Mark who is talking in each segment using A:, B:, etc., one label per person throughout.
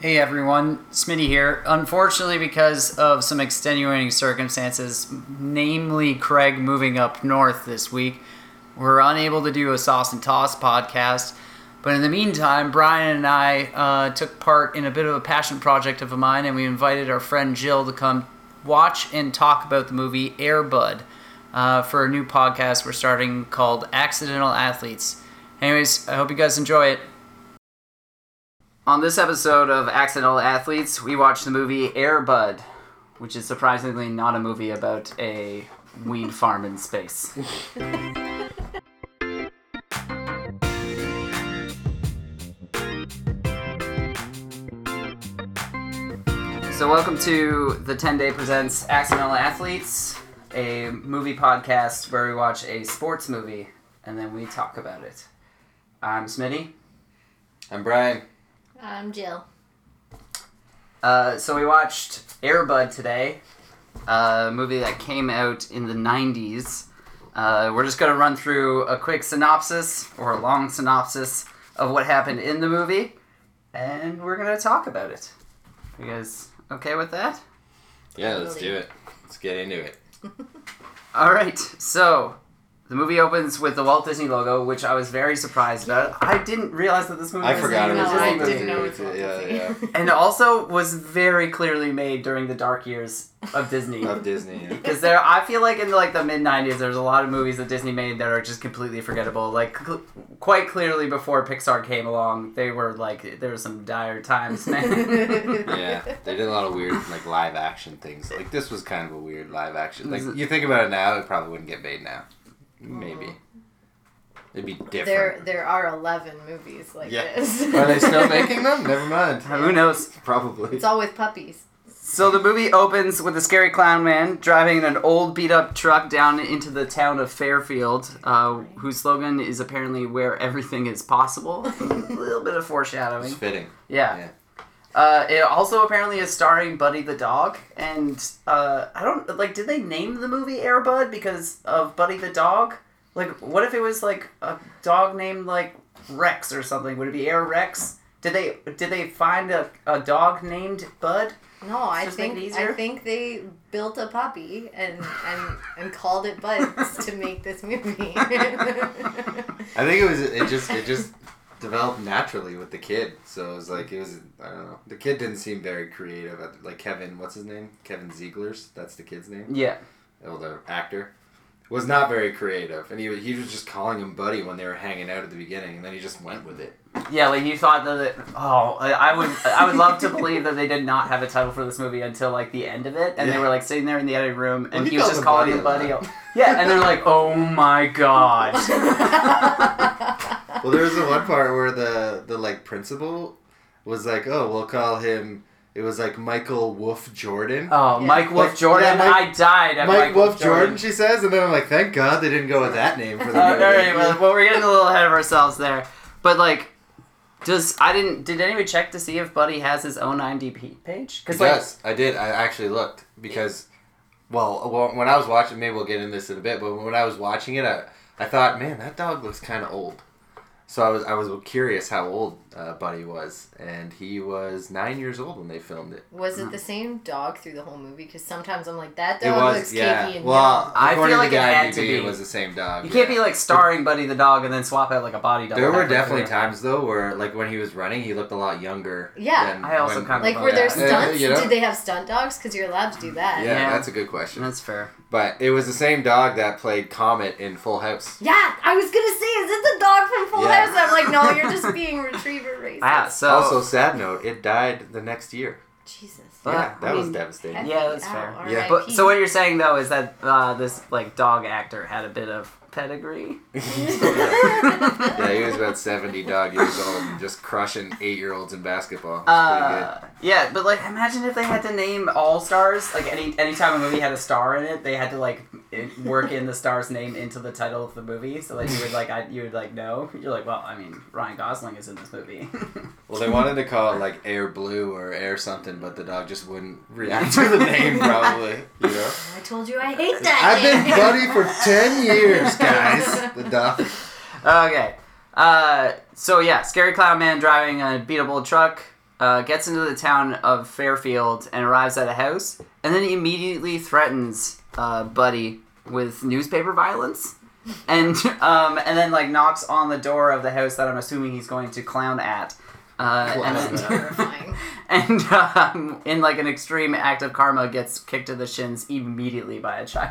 A: Hey everyone, Smitty here. Unfortunately, because of some extenuating circumstances, namely Craig moving up north this week, we're unable to do a Sauce and Toss podcast. But in the meantime, Brian and I uh, took part in a bit of a passion project of mine, and we invited our friend Jill to come watch and talk about the movie Airbud uh, for a new podcast we're starting called Accidental Athletes. Anyways, I hope you guys enjoy it. On this episode of Accidental Athletes, we watched the movie Airbud, which is surprisingly not a movie about a weed farm in space. so, welcome to the 10 Day Presents Accidental Athletes, a movie podcast where we watch a sports movie and then we talk about it. I'm Smitty.
B: I'm Brian.
C: I'm Jill.
A: Uh, so we watched Airbud today, a movie that came out in the 90s. Uh, we're just going to run through a quick synopsis or a long synopsis of what happened in the movie, and we're going to talk about it. You guys okay with that?
B: Yeah, let's
C: Totally.
B: do it. Let's get into it.
A: All right, so the movie opens with the Walt Disney logo, which I was very surprised about. I didn't realize that this movie
B: I
A: was
B: forgot
A: even
B: it was
A: a
C: no,
B: Walt
C: I
A: Disney
B: Disney.
C: didn't know it was Walt
B: Yeah,
C: Disney.
B: yeah.
A: And also was very clearly made during the dark years of Disney.
B: Love Disney. Yeah.
A: Because there, I feel like in like the mid '90s, there's a lot of movies that Disney made that are just completely forgettable. Like cl- quite clearly, before Pixar came along, they were like there were some dire times, man.
B: Yeah, they did a lot of weird like live action things. Like this was kind of a weird live action. Like you think about it now, it probably wouldn't get made now. Maybe it'd be
C: There,
B: different.
C: there are eleven movies like
B: Yeah.
C: this.
B: Are they still making them? Never mind.
A: Who knows?
B: Probably.
C: It's all with puppies.
A: So the movie opens with a scary clown man driving an old beat up truck down into the town of Fairfield, uh, whose slogan is apparently "Where everything is possible." a little bit of foreshadowing.
B: It's fitting.
A: Yeah.
B: Yeah.
A: Uh, it also apparently is starring Buddy the dog, and uh, I don't like. Did they name the movie Airbud because of Buddy the dog? Like, what if it was like a dog named like Rex or something? Would it be Air Rex? Did they did they find a, a dog named Bud?
C: No, I
A: Just make it
C: think I
A: easier?
C: think they built a puppy and and, and called it Buds to make this movie.
B: I think it was. It just. It just developed naturally with the kid. So it was like it was. I don't know. The kid didn't seem very creative. Like Kevin. What's his name? Kevin Ziegler's. That's the kid's name.
A: Yeah,
B: well, the actor, was not very creative, and he he was just calling him buddy when they were hanging out at the beginning, and then he just went with it.
A: yeah. Like you thought that. It, oh, I- I would I would love to believe that they did not have a title for this movie until like the end of it, and they
B: Yeah.
A: were like sitting there in the editing room, and
B: he
A: he was
B: calls
A: just
B: him
A: calling
B: Buddy
A: him
B: a
A: Buddy.
B: lot.
A: Yeah, and they're like, oh my god.
B: Well, there was the one part where the the like principal was like, oh, we'll call him. It was like Michael Wolf Jordan.
A: Oh,
C: Yeah.
A: Mike Wolf
B: Like,
A: Jordan.
B: yeah, Mike-
A: I died at
B: Mike,
A: Mike,
B: Wolf, Jordan, Oh, she says, and then I'm like, thank God they didn't go with that name for the
A: Uh, all
B: movie.
A: right, well, well, we're getting a little ahead of ourselves there. But, like, does I didn't did anyone check to see if Buddy has his own IMDb page? Because like
B: yes, I did. I actually looked because, well, well, when I was watching, maybe we'll get into this in a bit. But when I was watching it, I, I thought, man, that dog looks kind of old. So I was I was curious how old uh, Buddy was, and he was nine years old when they filmed it.
C: Was it the same dog through the whole movie? Because sometimes I'm like that
B: it
C: dog
B: was
C: looks
B: yeah.
C: cakey and
B: well,
A: I feel
B: according
A: like
B: to
A: it
B: the
A: had to
B: IMDb,
A: be.
B: it was the same dog.
A: you can't
B: yeah.
A: be like starring Buddy the dog and then swap out like a body double.
B: There were
A: halfway through.
B: definitely times though where like when he was running, he looked a lot younger.
C: Yeah.
B: than
A: I also
B: when- Uh,
A: kinda
C: Like
A: Oh,
C: were there
A: yeah.
C: stunts?
B: You know?
C: Did they have stunt dogs? Because you're allowed to do that.
B: yeah,
A: Yeah.
B: that's a good question.
A: That's fair.
B: But it was the same dog that played Comet in Full House.
C: Yeah, I was gonna say, is it the dog from Full
B: Yeah.
C: House? I'm like, no, you're just being retriever racist.
A: Wow. Ah, So
B: also, sad note, it died the next year.
C: Jesus. E
A: But,
B: yeah, that
A: I
B: was
A: mean,
B: devastating.
A: Yeah, that's fair.
C: Ow,
B: Yeah.
A: But
C: RIP.
A: so what you're saying though is that uh, this like dog actor had a bit of pedigree.
B: Yeah, he was about 70 dog years old and just crushing eight year olds in basketball. It's pretty good.
A: Uh, yeah, but like, imagine if they had to name all stars. Like any anytime a movie had a star in it, they had to like it- work in the star's name into the title of the movie, so that you would like I, you would like know. You're like, well, I mean, Ryan Gosling is in this movie.
B: Well, they wanted to call it like Air Blue or Air something, but the dog just wouldn't react to the name, probably. You know?
C: I told you I hate
B: I've
C: that.
B: been buddy for 10 years, guys. The dog.
A: okay, uh, so yeah, scary clown man driving a beatable truck. uh, gets into the town of Fairfield and arrives at a house, and then he immediately threatens uh, Buddy with newspaper violence, and um, and then like knocks on the door of the house that I'm assuming he's going to clown at. Uh, and
B: Clown.
A: then-
C: Terrifying.
A: and um, in like an extreme act of karma gets kicked to the shins immediately by a child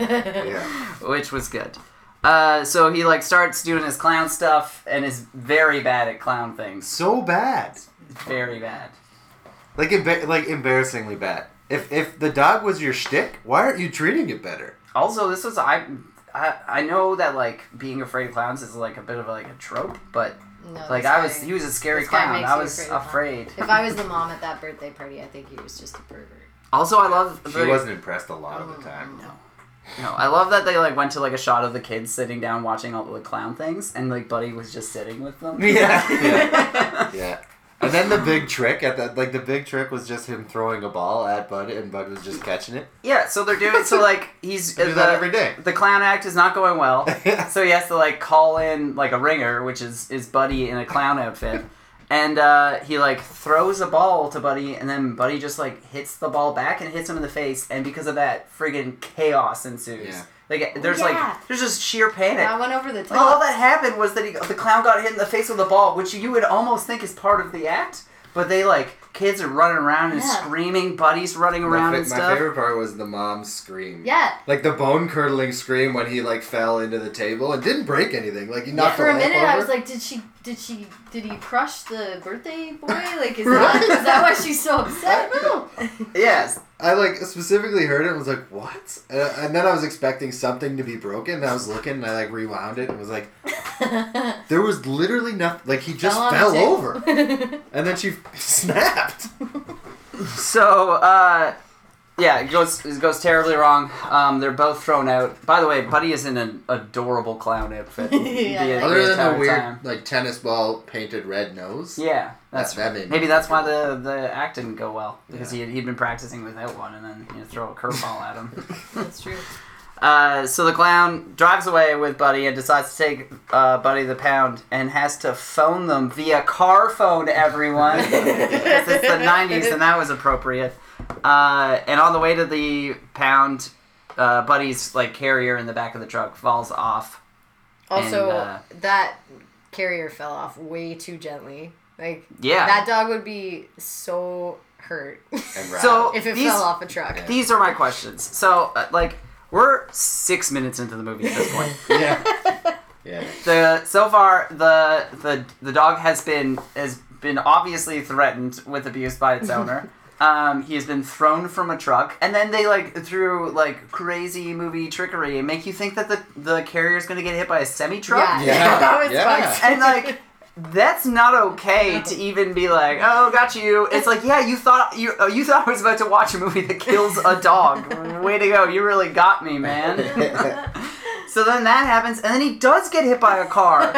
B: yeah.
A: which was good uh, so he like starts doing his clown stuff and is very bad at clown things
B: So bad.
A: very bad
B: Like emba- like embarrassingly bad. If if the dog was your shtick, why aren't you treating it better?
A: also this was i i, I know that like being afraid of clowns is like a bit of like a trope but
C: No,
A: like
C: this
A: i was
C: guy-
A: he was a scary
C: this guy
A: clown
C: makes
A: i
C: you
A: was
C: of
A: afraid,
C: clowns. If I was the mom at that birthday party, I think he was just a pervert.
A: also i love
B: She wasn't impressed a lot
A: Oh,
B: of the time.
A: No, I love that they like went to like a shot of the kids sitting down watching all the clown things, and like Buddy was just sitting with them.
B: Yeah. Yeah. Yeah. And then the big trick at the like the big trick was just him throwing a ball at Bud and Bud was just catching it.
A: Yeah, so they're doing so like he's
B: They do
A: the,
B: that every day.
A: The clown act is not going well,
B: Yeah.
A: so he has to like call in like a ringer, which is is Buddy in a clown outfit, and uh, he like throws a ball to Buddy, and then Buddy just like hits the ball back and hits him in the face, and because of that, friggin' chaos ensues.
B: Yeah.
A: Like there's
C: Yeah.
A: like there's just sheer panic.
C: I went over the
A: Like, Oh, all
C: top.
A: that happened was that he, the clown got hit in the face with a ball, which you would almost think is part of the act. But they like kids are running around and
C: Yeah.
A: screaming, buddies running
B: My,
A: around
B: fa-
A: and
B: my
A: stuff.
B: favorite part was the mom's scream.
C: Yeah.
B: Like the bone curdling scream when he like fell into the table and didn't break anything. Like he knocked
C: For a
B: the lamp
C: minute,
B: over.
C: I was like, "Did she? Did she? Did he crush the birthday boy? Like, is that is that why she's so upset?"
B: I know.
A: Yes,
B: I like specifically heard it and was like, what? And, and then I was expecting something to be broken. And I was looking and I like rewound it and was like, there was literally nothing. Like he just
C: Fell on
B: fell
C: the table.
B: over. And then she snapped.
A: So, uh, yeah, it goes it goes terribly wrong. Um, they're both thrown out. By the way, Buddy is in an adorable clown outfit. the-
C: Yeah.
A: the
B: Other than
A: entire
B: the weird
A: time.
B: like tennis ball painted red nose.
A: Yeah, that's
B: That- that
A: right.
B: made-
A: Maybe that's why the, the act didn't go well because
B: Yeah.
A: he had, he'd been practicing without one, and then you know, throw a curveball at him.
C: That's true.
A: Uh, so the clown drives away with Buddy and decides to take uh, Buddy the pound and has to phone them via car phone, everyone. Because it's the 90s and that was appropriate. Uh, and on the way to the pound, uh, Buddy's like carrier in the back of the truck falls off.
C: Also,
A: And, uh,
C: that carrier fell off way too gently. Like,
A: Yeah.
C: that dog would be so hurt if
B: And rattled.
A: So-
C: it
A: These-
C: fell off a truck.
A: These are my questions. So, uh, like, we're six minutes into the movie at this point.
B: yeah. Yeah.
A: the so far the the the dog has been has been obviously threatened with abuse by its owner. Um, he has been thrown from a truck, and then they like through like crazy movie trickery and make you think that the the carrier is gonna get hit by a semi truck.
C: Yeah,
B: Yeah.
C: that was
B: Yeah.
C: fucked.
A: And like that's not okay to even be like, oh, got you. It's like, yeah, you thought you oh, you thought I was about to watch a movie that kills a dog. Way to go, you really got me, man. So then that happens, and then he does get hit by a car,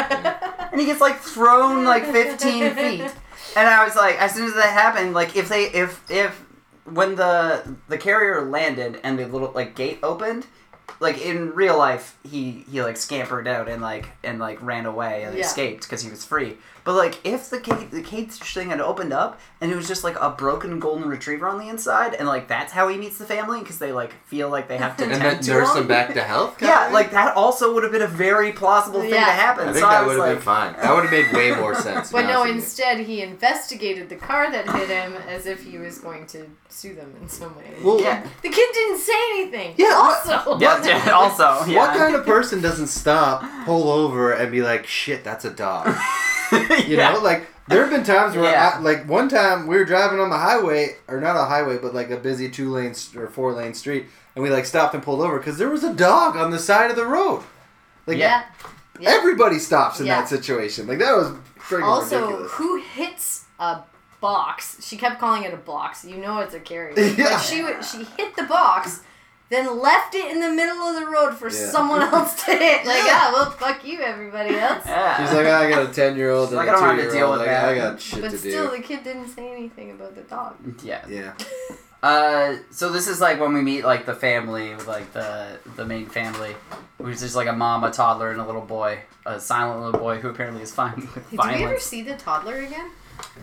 A: and he gets like thrown like 15 feet. And I was like, as soon as that happened, like if they if if when the the carrier landed and the little like gate opened, like in real life, he he like scampered out and like and like ran away and
C: Yeah.
A: escaped because he was free. But like if the cage, the cage thing had opened up and it was just like a broken golden retriever on the inside, and like that's how he meets the family because they like feel like they have to
B: And
A: tend
B: then
A: to
B: nurse
A: him.
B: him back to health. kinda
A: Yeah,
B: thing?
A: like that also would have been a very plausible thing
C: Yeah.
A: to happen.
B: I think
A: so I
B: that
A: was
B: would
A: like,
B: have been fine. That would have made way more sense. to
C: But
B: be
C: no,
B: honest with you.
C: instead he investigated the car that hit him as if he was going to sue them in some way.
B: Well,
A: Yeah.
C: the kid didn't say anything.
B: Yeah, what-
C: Also.
A: Yeah, yeah, also, yeah.
B: What kind of person doesn't stop, pull over, and be like, "Shit, that's a dog"? You
A: Yeah.
B: know, like there have been times where,
A: Yeah.
B: I, like one time we were driving on the highway, or not a highway, but like a busy two lane st- or four lane street, and we like stopped and pulled over because there was a dog on the side of the road. Like
A: Yeah.
C: Yeah. Yeah.
B: everybody stops in
C: Yeah.
B: that situation. Like that was freaking
C: also,
B: ridiculous.
C: who hits a box? She kept calling it a box. You know it's a carrier.
B: Yeah.
C: Like she would- she hit the box, then left it in the middle of the road for
B: Yeah.
C: someone else to hit. Like, ah, well, fuck you, everybody else.
A: Yeah.
B: She's like, "Ah, "I got a ten year old and
A: Like,
B: a
A: I don't have
B: two
A: to
B: year
A: deal
B: old.
A: with
B: Like,
A: that."
B: I got shit
C: But
B: to
C: still,
B: do."
C: the kid didn't say anything about the dog.
A: yeah.
B: Yeah,
A: Uh, so this is like when we meet like the family, like the the main family, which is like a mom, a toddler, and a little boy, a silent little boy who apparently is fine with
C: Did we ever
A: violence.
C: see the toddler again?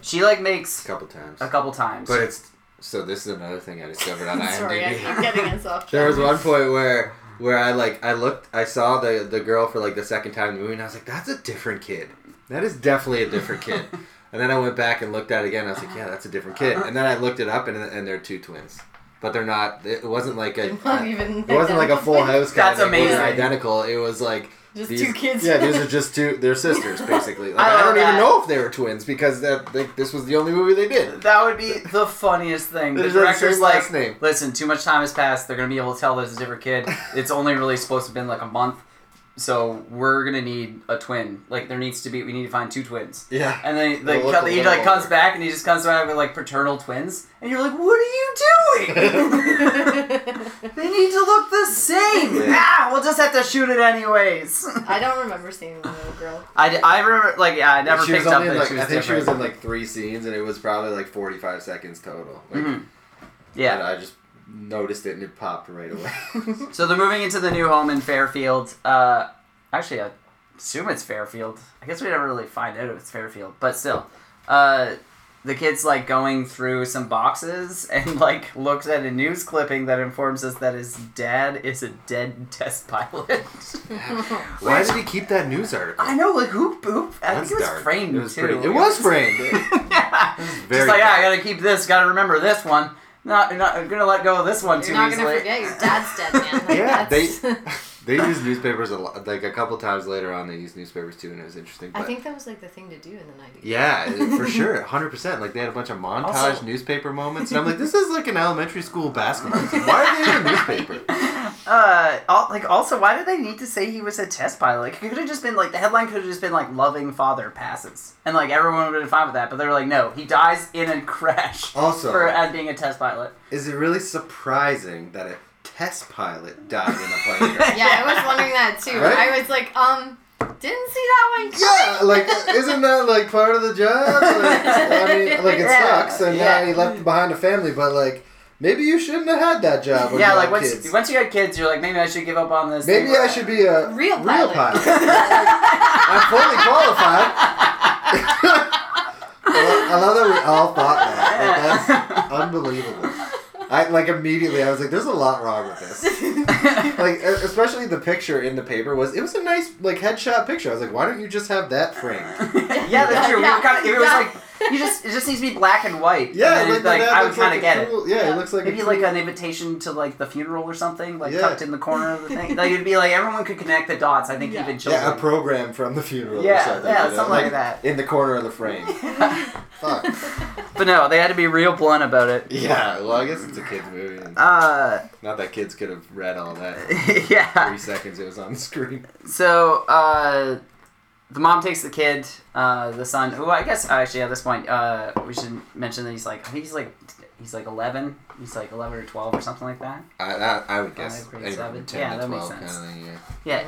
A: She like
B: a
A: makes
B: couple times.
A: a couple times.
B: But it's so this is another thing I discovered on IMDb.
C: Sorry, I keep getting us off.
B: There was
C: track.
B: one point where where I like I looked I saw the the girl for like the second time in the movie and I was like, That's a different kid. That is definitely a different kid. and then I went back and looked at it again, I was like, Yeah, that's a different kid. And then I looked it up and and they're two twins. But they're not it wasn't like a
C: Not even
B: it wasn't like a full house kind
A: That's
B: of thing. It
A: amazing.
B: wasn't identical. It was like
C: Just
B: these-
C: two kids.
B: Yeah, these are just two. They're sisters, basically. Like,
A: I
B: I,
A: love
B: don't
A: that.
B: even know if they were twins because that like, this was the only movie they did.
A: That would be the funniest thing. The
B: There's that
A: director's
B: same
A: like,
B: last name.
A: listen, too much time has passed. They're gonna be able to tell there's a different kid. It's only really supposed to have been like a month, so we're gonna need a twin. Like there needs to be, we need to find two twins.
B: Yeah.
A: And then like,
B: They'll look
A: cut-
B: a
A: he
B: little
A: like comes
B: older.
A: back and he just comes back with like paternal twins, and you're like, what are you doing? they need to look the same.
B: Yeah.
A: Ah, we'll just have to shoot it anyways.
C: I don't remember seeing the little girl.
A: I, I remember like yeah, I never
B: she
A: picked
B: was
A: up
B: only
A: that
B: in, like,
A: she was
B: I think
A: different.
B: she was in like three scenes, and it was probably like forty-five seconds total. Like,
A: Mhm.
B: yeah,
A: yeah.
B: I just noticed it and it popped right away.
A: So they're moving into the new home in Fairfield. Uh, actually, I assume it's Fairfield. I guess we never really find out if it's Fairfield, but still. Uh, the kid's like going through some boxes and like looks at a news clipping that informs us that his dad is a dead test pilot.
B: Why did he keep that news article?
A: I know, like who? who I think it was framed
B: It was
A: too.
B: pretty- It was framed.
A: yeah. Just
B: very
A: like yeah, I
B: dark.
A: gotta keep this. Gotta remember this one. Not, not I'm gonna let go of this one too
C: You're not
A: easily.
C: gonna forget your dad's dead, man. Like,
B: yeah, they
C: that's-
B: they used newspapers a lot. Like a couple times later on, they used newspapers too, and it was interesting. But
C: I think that was like the thing to do in the nineties.
B: Yeah, for sure, hundred percent. Like they had a bunch of montage
A: Also-
B: newspaper moments, and I'm like, this is like an elementary school basketball. Team. Why are they in a newspaper?
A: uh, al- like also, why did they need to say he was a test pilot? Like, it could have just been like the headline could have just been like "loving father passes," and like everyone would have been fine with that. But they were like, no, he dies in a crash
B: Also-
A: for as being a test pilot.
B: Is it really surprising that a test pilot died in a plane crash?
C: Yeah, I was wondering that too.
B: Right?
C: I was like, um, didn't see that one coming.
B: Yeah, like uh, isn't that like part of the job? Like, I mean, like it
A: Yeah,
B: sucks, and
A: yeah.
B: yeah, he left behind a family, but like maybe you shouldn't have had that job. When
A: yeah,
B: you
A: like
B: had
A: once
B: kids.
A: once you had kids, you're like, maybe I should give up on this.
B: maybe
A: thing.
B: I should be a
C: Real
B: real
C: pilot.
B: pilot. I'm fully qualified. I love that we all thought that. Like, that's unbelievable. I like immediately. I was like, "There's a lot wrong with this." Like, e- especially the picture in the paper was. It was a nice like headshot picture. I was like, "Why don't you just have that framed?"
A: yeah, that's true.
C: Yeah,
A: we kind of, it was
C: yeah.
A: like you just it just needs to be black and white.
B: Yeah,
A: and then,
B: like,
A: like,
B: that
A: I would
B: looks
A: kind of
B: like a
A: get it.
B: cool- Yeah, it looks like
A: Maybe
B: a
A: like
B: cool-
A: an invitation to like the funeral or something, like
B: Yeah.
A: tucked in the corner of the thing. Like it'd be like everyone could connect the dots. I think
C: Yeah.
A: even children.
B: yeah, a program from the funeral.
A: Yeah,
B: or something,
A: yeah,
B: you know,
A: something like that.
B: in the corner of the frame. Fuck.
A: But no, they had to be real blunt about it.
B: Yeah, well, I guess it's a kids movie. and
A: Uh,
B: Not that kids could have read all that.
A: yeah.
B: Three seconds it was on the screen.
A: So, uh, the mom takes the kid, uh, the son, who I guess actually at this point, uh, we should mention that he's like, I think he's like, he's like 11. He's like 11 or 12 or something like that.
B: I, I, I would guess
A: Five,
B: anywhere
A: seven.
B: from 10
A: Yeah,
B: to
A: that makes
B: 12 kind
A: sense.
B: of thing. Yeah.
A: Yeah.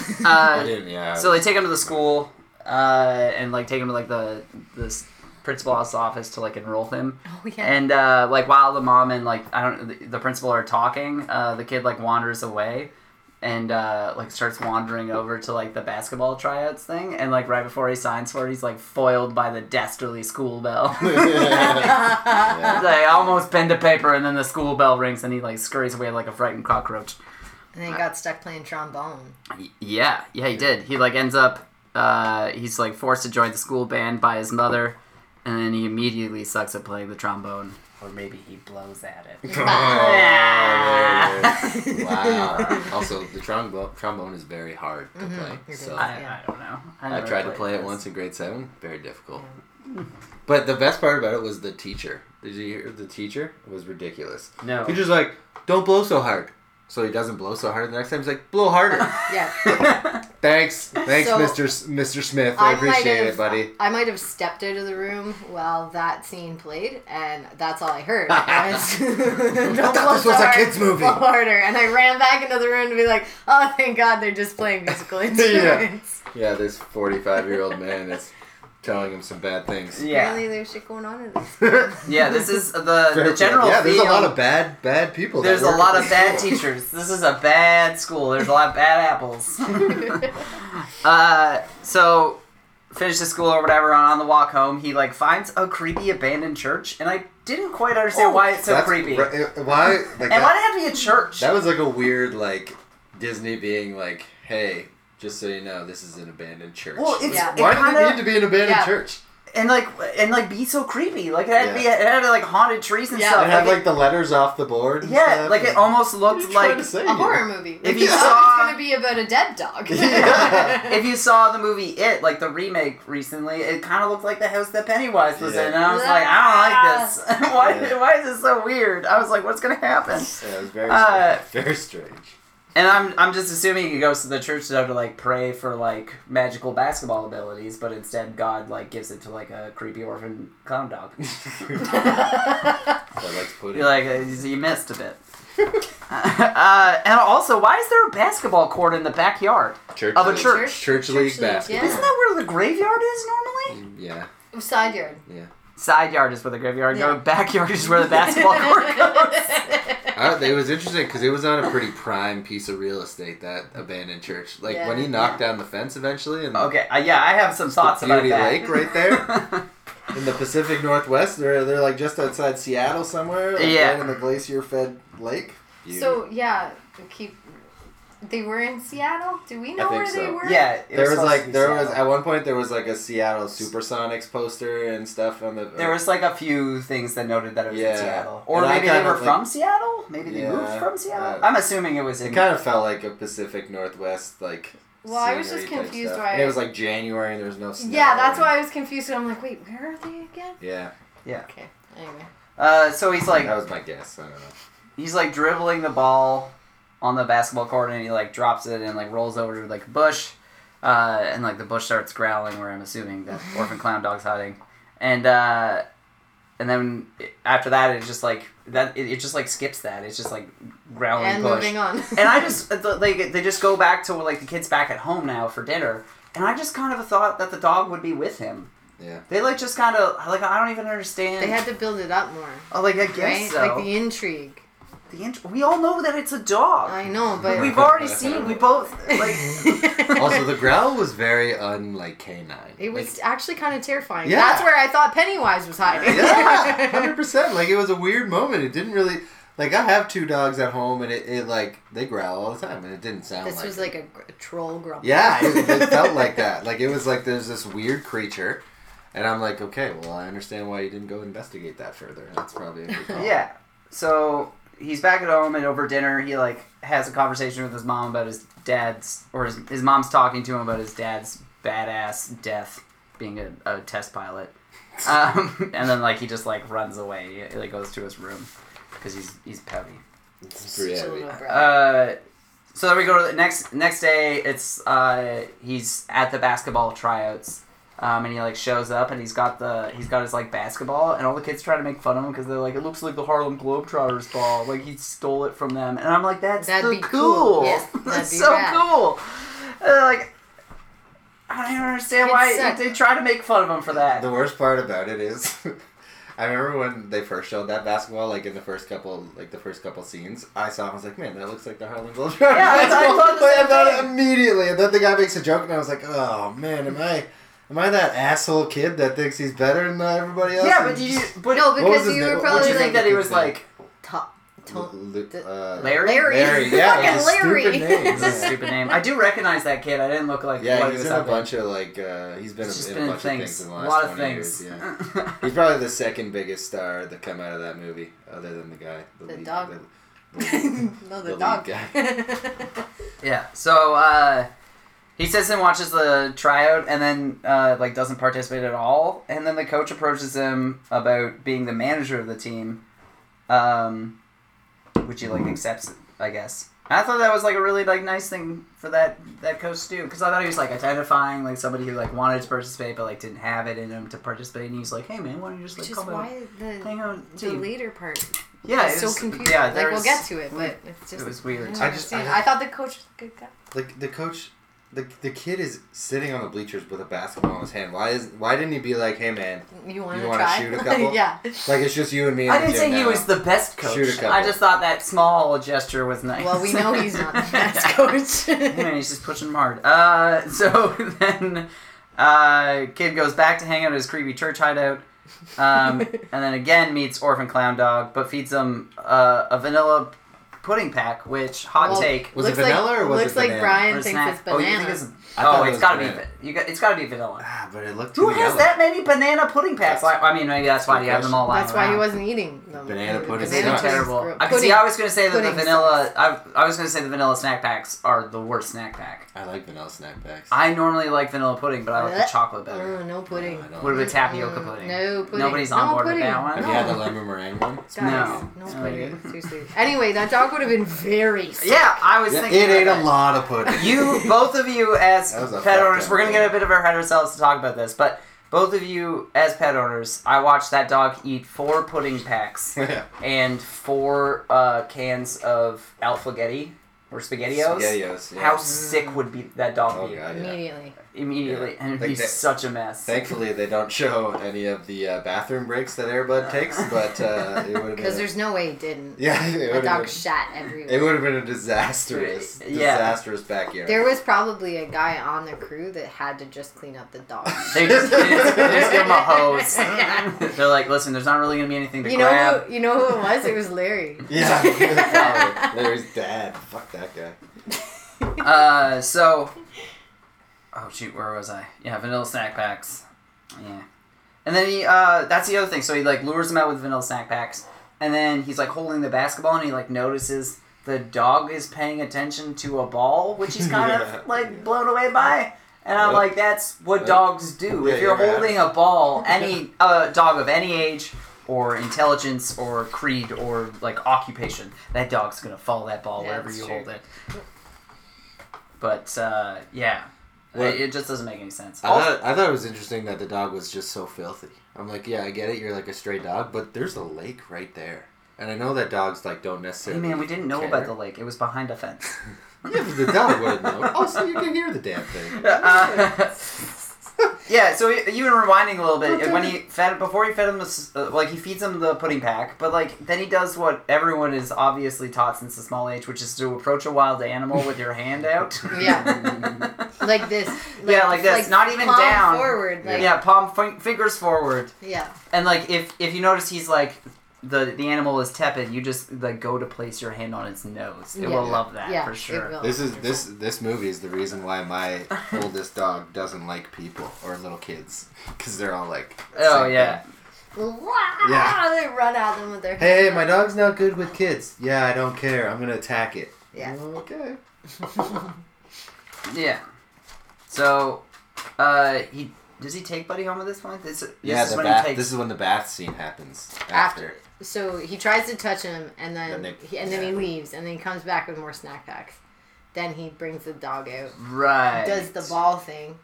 C: Mm.
B: I
A: Uh,
B: didn't, yeah.
A: so they take him to the school, uh, and like take him to like the, the principal's office to like enroll him.
C: Oh yeah.
A: And uh, like while the mom and like I don't the- the principal are talking, uh, the kid like wanders away and uh, like starts wandering over to like the basketball tryouts thing and like right before he signs for it he's like foiled by the dastardly school bell.
B: Oh, Yeah.
A: they almost pen to paper and then the school bell rings and he like scurries away like a frightened cockroach.
C: and then he got stuck playing trombone.
A: Y- Yeah, yeah, he did. He like ends up. Uh, he's like forced to join the school band by his mother, and then he immediately sucks at playing the trombone, or maybe he blows at it.
B: Oh, there it is. wow. Also, the trombone, trombone is very hard to play.
C: it
B: So
C: is.
B: I,
A: Mm-hmm. I, I don't know. I, never
B: tried to
A: played
B: play it
A: this.
B: once in grade seven. Very difficult. But the best part about it was the teacher. Did you hear the teacher? It was ridiculous.
A: No.
B: Teacher's like, don't blow so hard. So he doesn't blow so hard. The next time he's like, blow harder.
C: Yeah.
B: Thanks, thanks,
C: So,
B: Mr. S- Mr. Smith. I,
C: I might
B: appreciate
C: have-
B: it, buddy.
C: I might have stepped out of the room while that scene played, and that's all I heard. was, "Don't
B: thought
C: blow
B: this was a
C: so hard,
B: kid's movie."
C: blow harder, and I ran back into the room to be like, "Oh, thank God, they're just playing musical instruments."
B: Yeah, this forty-five-year-old man that's telling him some bad things.
A: Yeah,
C: Really, there's shit going on in this.
A: yeah. This is the the
B: Fairfield.
A: general.
B: Yeah, there's
A: theme.
B: a lot of bad, bad people. that
A: There's a
B: work at
A: lot
B: this
A: of bad
B: school.
A: teachers. This is a bad school. There's a lot of bad apples. uh, so finished the school or whatever, and on the walk home, he like finds a creepy abandoned church, and I didn't quite understand why it's so
B: Oh, That's
A: creepy.
B: re- uh, why? Like
A: And why
B: that,
A: did it have to be a church?
B: that was like a weird like Disney being like, hey, just so you know, this is an abandoned church.
A: Well, it's
C: Yeah.
A: it
B: why did
A: kind
B: it
A: of
B: need to be an abandoned
C: Yeah.
B: church?
A: and like and like be so creepy. Like it had to be
B: Yeah.
A: it had like haunted trees and
C: Yeah.
A: stuff.
B: It had
A: Like,
B: like the letters off the board. and
A: it- yeah,
B: stuff.
A: like it almost
B: What are
A: looked
B: you trying
A: like
B: to say
C: a
B: here?
C: horror movie.
A: If
C: Like,
A: you
C: oh,
A: saw-
C: it's gonna be about a dead dog.
B: Yeah.
A: if you saw the movie It, like the remake recently, it kind of looked like the house that Pennywise was
B: Yeah.
A: in, and I was like, I don't like this. why?
B: Yeah.
A: Why is this so weird? I was like, what's gonna happen?
B: Yeah, it was very
A: Uh,
B: strange. very strange.
A: And I'm I'm just assuming he goes to the church to have to like pray for like magical basketball abilities, but instead God like gives it to like a creepy orphan clown dog.
B: I like to put it.
A: You're like uh, you missed a bit. uh, and also, why is there a basketball court in the backyard?
B: church
A: of a
B: league.
A: church.
B: Church league basketball.
A: Isn't that where the graveyard is normally?
B: Yeah,
C: Yeah. Side yard.
B: yeah.
A: Side yard is where the graveyard
C: Yeah.
A: goes. Backyard is where the basketball court goes.
B: I don't- it was interesting because it was on a pretty prime piece of real estate that abandoned church. Like
C: Yeah.
B: when he knocked down the fence eventually, and
A: Okay, uh, yeah, I have some thoughts
B: the
A: about
B: Beauty
A: that.
B: Lake right there in the Pacific Northwest. They're they're like just outside Seattle somewhere. Like
A: Yeah.
B: right in the glacier-fed lake.
C: So yeah, keep. They were in Seattle. Do we know
B: think
C: where they
B: so.
C: were?
A: yeah, it
B: there was
A: supposed to
B: like
A: be
B: there
A: Seattle.
B: was at one point there was like a Seattle Supersonics poster and stuff on the.
A: There was like a few things that noted that it was in
B: Yeah.
A: Seattle, or
B: And I
A: maybe they
B: kind
A: were
B: of,
A: from
B: like-
A: Seattle. Maybe they moved
B: Yeah,
A: from Seattle.
B: uh,
A: I'm assuming it was in.
B: It kind of felt like a Pacific Northwest like.
C: Well, I was
B: scenery
C: just
B: type
C: confused
B: stuff.
C: why-
B: And it was like January and there was no snow.
C: Yeah, that's
B: and-
C: why I was confused. I'm like, wait, where are they again?
B: Yeah,
C: Okay. Anyway.
A: uh, so he's like
B: that was my guess. I don't know.
A: he's like dribbling the ball on the basketball court, and he like drops it and like rolls over to like a bush, uh, and like the bush starts growling. Where I'm assuming that orphan clown dog's hiding, and uh, and then after that, it's just like that. It, it just like skips that. It's just like growling
C: And
A: bush.
C: moving on.
A: and I just uh, like they just go back to like the kids back at home now for dinner, and I just kind of thought that the dog would be with him.
B: Yeah.
A: They like just kind of like I don't even understand.
C: they had to build it up more,
A: oh, like I
C: right?
A: guess so.
C: Like the intrigue.
A: the, int- we all know that it's a dog.
C: I know, but
A: We've already seen. We both like.
B: also, the growl was very unlike canine.
C: It was actually kind of terrifying.
B: Yeah.
C: That's where I thought Pennywise was hiding.
B: yeah, hundred percent. Like it was a weird moment. It didn't really like I have two dogs at home, and it, it like they growl all the time, and it didn't sound.
C: this
B: like
C: was
B: it.
C: like a, gr- a troll grumble.
B: yeah, it, it felt like that. Like it was like there's this weird creature, and I'm like, okay, well, I understand why you didn't go investigate that further. That's probably a good call.
A: yeah. So he's back at home, and over dinner, he like has a conversation with his mom about his dad's, or his, his mom's talking to him about his dad's badass death being a, a test pilot. Um, and then like he just like runs away. He like goes to his room because he's he's pouty.
B: It's pretty
C: Just a
B: heavy.
C: little bro.
A: Uh, so then we go to the next next day. It's uh, he's at the basketball tryouts, um, and he like shows up and he's got the he's got his like basketball, and all the kids try to make fun of him because they're like, it looks like the Harlem Globetrotters ball, like he stole it from them, and I'm like, that's
C: That'd
A: the
C: be
A: cool,
C: cool. Yes, that'd
A: that's
C: be
A: so
C: rad.
A: cool. Uh, like, I don't even understand
C: Kids
A: why
C: suck.
A: they try to make fun of him for that.
B: The worst part about it is, I remember when they first showed that basketball, like in the first couple, like the first couple scenes, I saw. it, I was like, man, that looks like the Harlem Globetrotters.
A: Yeah, I- I
B: basketball."
A: thought the
B: Like,
A: same
B: thought it
A: thing.
B: immediately, and then the guy makes a joke, and I was like, oh man, am I, am I that asshole kid that thinks he's better than everybody else?
A: yeah, but you, but
C: no,
B: What was
C: because
B: his
C: you
B: name?
C: were
B: What-
A: would
C: probably
A: you think
C: like
A: that he was like
C: top.
B: L-
C: Tom-
B: Lu-
C: the-
B: uh,
A: Larry?
C: Larry.
B: Larry, yeah, it's a
C: Fucking Larry.
B: stupid name.
A: This is a stupid name. I do recognize that kid. I didn't look like
B: Yeah,
A: what
B: he's
A: he was
B: in a
A: up in.
B: bunch of like uh, he's been,
A: It's just
B: in,
A: been
B: a
A: in
B: bunch of
A: things.
B: things in
A: A
B: the last
A: lot of
B: 20
A: things.
B: Years, yeah. He's probably the second biggest star that come out of that movie, other than the guy, the,
C: The
B: lead-
C: dog.
B: the- The
C: no, the
B: lead
C: dog.
B: guy.
A: Yeah. So uh, he sits and watches the tryout, and then uh, like doesn't participate at all. And then the coach approaches him about being the manager of the team, um, which he like accepts, I guess. And I thought that was like a really like nice thing for that that coach to do because I thought he was like identifying like somebody who like wanted to participate but like didn't have it in him to participate, and he's like, "Hey man, why don't you just like
C: Which is
A: come out,
C: why the,
A: hang out,
C: the
A: team?"
C: later part
A: Yeah,
C: is
A: it
C: so
A: was-
C: confusing.
A: Yeah,
C: like we'll
A: there's-
C: get to it, but it's just
A: it was weird.
C: don't
B: I just-
C: understand.
B: I-
C: I thought the coach was a good guy.
B: Like the coach, the, the kid is sitting on the bleachers with a basketball in his hand. Why is why didn't he be like, hey man,
C: You want
B: You
C: to
B: wanna
C: try?
B: shoot a couple?
C: yeah.
B: like it's just you and me. In
A: I
B: the
A: didn't
B: gym
A: say he
B: now."
A: was the best coach.
B: Shoot a couple.
A: I just thought that small gesture was nice.
C: Well, we know he's not the best coach.
A: Man, he's just pushing him hard. Uh, so then Uh, kid goes back to hang out at his creepy church hideout, um, and then again meets orphan clown dog, but feeds him uh, a vanilla pudding pack. Which hot
C: Well,
A: take?
B: Was it
C: looks like-
B: vanilla or was it
C: looks like
B: banana?
A: Or
C: Brian
A: a
C: thinks
A: snack?
C: it's
A: Oh,
C: banana.
A: you think it's?
B: I
A: oh,
B: thought it
A: it's
B: was
A: gotta
B: banana.
A: be. You got, it's gotta be vanilla.
B: Ah, but it looked too
A: Who has
B: yellow.
A: that many banana pudding packs? Like, I mean, maybe that's why
B: Good
A: you have them
B: question.
A: all lined
C: That's why he
A: around.
C: wasn't eating them.
B: Banana
C: The
B: pudding
A: They're
C: banana
B: sucks.
A: terrible.
C: pudding's
A: I,
C: gross.
A: see, I was gonna say that the
C: pudding
A: vanilla. I, I was gonna say the vanilla snack packs are the worst snack pack.
B: I like vanilla snack packs.
A: I normally like vanilla pudding, but I like the
C: Blech.
A: chocolate better.
C: Oh, no pudding.
B: No, I don't.
A: What about tapioca
C: Mm,
A: pudding?
C: No pudding.
A: Nobody's on
C: no
A: board with
C: pudding.
A: that one.
B: Have
C: No.
B: you had the lemon meringue one?
C: Guys,
A: No.
C: no,
A: It's
C: pudding.
A: not
C: Too sweet. Anyway, that dog would have been very sick.
A: Yeah, I was
B: Yeah,
A: thinking.
B: it
A: about
B: ate a
A: that.
B: lot of pudding.
A: You, both of you, as
B: That was a
A: pet
B: fucked
A: owners,
B: up
A: we're gonna get a
B: thing.
A: bit of ahead of ourselves to talk about this, but both of you, as pet owners, I watched that dog eat four pudding packs
B: Yeah.
A: and four uh, cans of alfagetti or spaghettios.
B: Spaghettios, yeah.
A: How
C: Mm.
A: sick would be that dog
B: Oh,
A: be
B: God, yeah.
C: Immediately.
A: immediately,
B: Yeah.
A: and it'd
B: Like
A: be
B: that-
A: such a mess.
B: Thankfully, they don't show any of the uh, bathroom breaks that Airbud takes, but uh, it would have
C: Because
B: been.
C: there's no way he didn't.
B: yeah, it
C: A
B: would have
C: dog
B: been,
C: shat
B: it
C: everywhere.
B: would have been a disastrous,
A: Yeah.
B: disastrous backyard.
C: There was probably a guy on the crew that had to just clean up the dog.
A: They just, they just, they just give him a hose.
C: Yeah.
A: They're like, listen, there's not really gonna be anything to
C: You
A: grab.
C: know, who, you know who it was? It was Larry.
B: yeah, probably. Larry's dad. Fuck that guy.
A: Uh, so, oh shoot, where was I? Yeah, vanilla snack packs. Yeah, and then he, uh, that's the other thing. So he like lures them out with vanilla snack packs, and then he's like holding the basketball, and he like notices the dog is paying attention to a ball, which he's kind
B: Yeah.
A: of like blown away by. And I'm
B: Yep.
A: like, that's what
B: Yep.
A: dogs do.
B: Yeah,
A: if you're
B: you're right.
A: holding a ball, any uh, dog of any age or intelligence or creed or like occupation, that dog's gonna follow that ball
C: Yeah,
A: wherever
C: that's
A: you
C: true.
A: hold it. But uh, yeah,
B: What-
A: it, it just doesn't make any sense.
B: I
A: Also-
B: thought, I thought it was interesting that the dog was just so filthy. I'm like, yeah, I get it. You're like a stray dog, but there's a lake right there, and I know that dogs like don't
A: hey
B: necessarily.
A: man, we didn't know about the
B: care.
A: lake. It was behind a fence.
B: Yeah, but the dog wouldn't know. Also, you can hear the damn thing.
A: Uh, yeah, so e- even rewinding a little bit, when he fed before he fed him the s- uh, like he feeds him the pudding pack, but like then he does what everyone is obviously taught since a small age, which is to approach a wild animal with your hand out.
C: Yeah. Like this.
A: Yeah, like this, not even
C: palm
A: down.
C: forward. Like,
A: yeah,
C: yeah.
A: palm fin- fingers forward,
C: Yeah.
A: and like if if you notice he's like the the animal is tepid, you just like go to place your hand on its nose. It
C: Yeah.
A: will love that
C: Yeah,
A: for
C: it
A: sure.
C: will.
B: This is this this movie is the reason why my oldest dog doesn't like people or little kids because they're all like.
A: Oh
B: same
A: yeah,
B: thing.
C: Wow, They run at them with their
B: Hey,
C: hands
B: my
C: up.
B: dog's not good with kids. Yeah, I don't care. I'm gonna attack it.
C: Yeah.
B: Okay.
A: yeah. So, uh, he does he take Buddy home at this point? This, this
B: Yeah,
A: is
B: the
A: when
B: bath.
A: he takes.
B: This is when the bath scene happens.
C: After.
B: After.
C: So he tries to touch him, and then,
B: Then they-
C: he, and then he
B: yeah.
C: leaves, and then he comes back with more snack packs. Then he brings the dog out,
A: Right.
C: does the ball thing.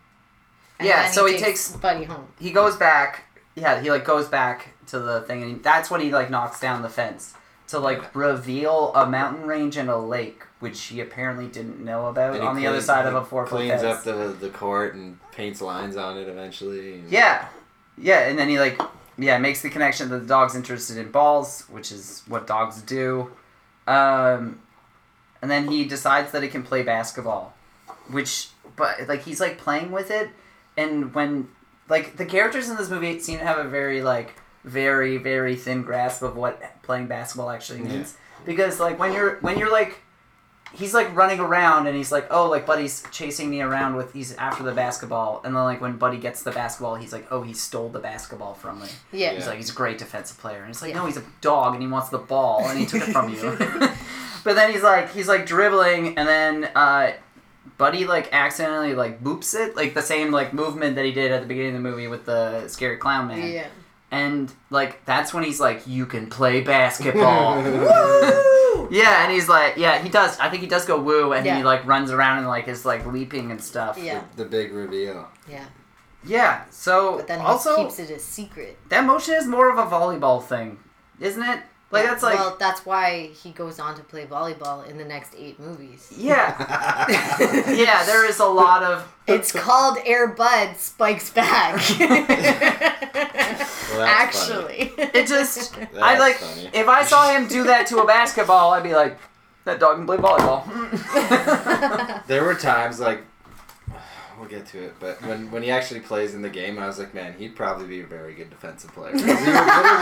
C: and
A: Yeah,
C: then
A: so he takes-
C: Buddy home.
A: He goes back. Yeah, he like goes back to the thing, and that's when he like knocks down the fence to like reveal a mountain range and a lake, which he apparently didn't know about
B: And he
A: on the other
B: clean-
A: side of
B: he
A: a four foot
B: Cleans
A: fence.
B: up the the court and paints lines on it eventually. and-
A: yeah, yeah, and then he like yeah makes the connection that the dog's interested in balls, which is what dogs do. Um, and then he decides that he can play basketball, which but like he's like playing with it, and when like the characters in this movie seem to have a very like very very thin grasp of what playing basketball actually
B: Yeah.
A: means because like when you're when you're like he's like running around and he's like oh like buddy's chasing me around with he's after the basketball and then like when buddy gets the basketball he's like oh he stole the basketball from me
C: Yeah.
A: He's
B: Yeah.
A: like, he's a great defensive player. And it's like,
C: Yeah.
A: no, he's a dog and he wants the ball and he took it from you. but then he's like, he's like dribbling and then uh, Buddy like accidentally like boops it. Like the same like movement that he did at the beginning of the movie with the scary clown man.
C: Yeah.
A: And like, that's when he's like, you can play basketball.
C: Woo!
A: yeah. And he's like, yeah, he does. I think he does go woo and he
C: Yeah.
A: like runs around and like is like leaping and stuff.
C: Yeah.
B: The, the big reveal.
C: Yeah.
A: Yeah. So
C: But then he
A: also
C: keeps it a secret.
A: that motion is more of a volleyball thing, isn't it? Like that's like
C: Well, that's why he goes on to play volleyball in the next eight movies.
A: yeah, yeah. There is a lot of
C: It's called Air Bud Spikes Back.
B: Well, that's funny.
C: Actually.
A: it. Just I
B: That's
A: like
B: funny.
A: if I saw him do that to a basketball, I'd be like, that dog can play volleyball.
B: There were times like we'll get to it. But when, when he actually plays in the game, I was like, man, he'd probably be a very good defensive player. 'Cause he would literally just-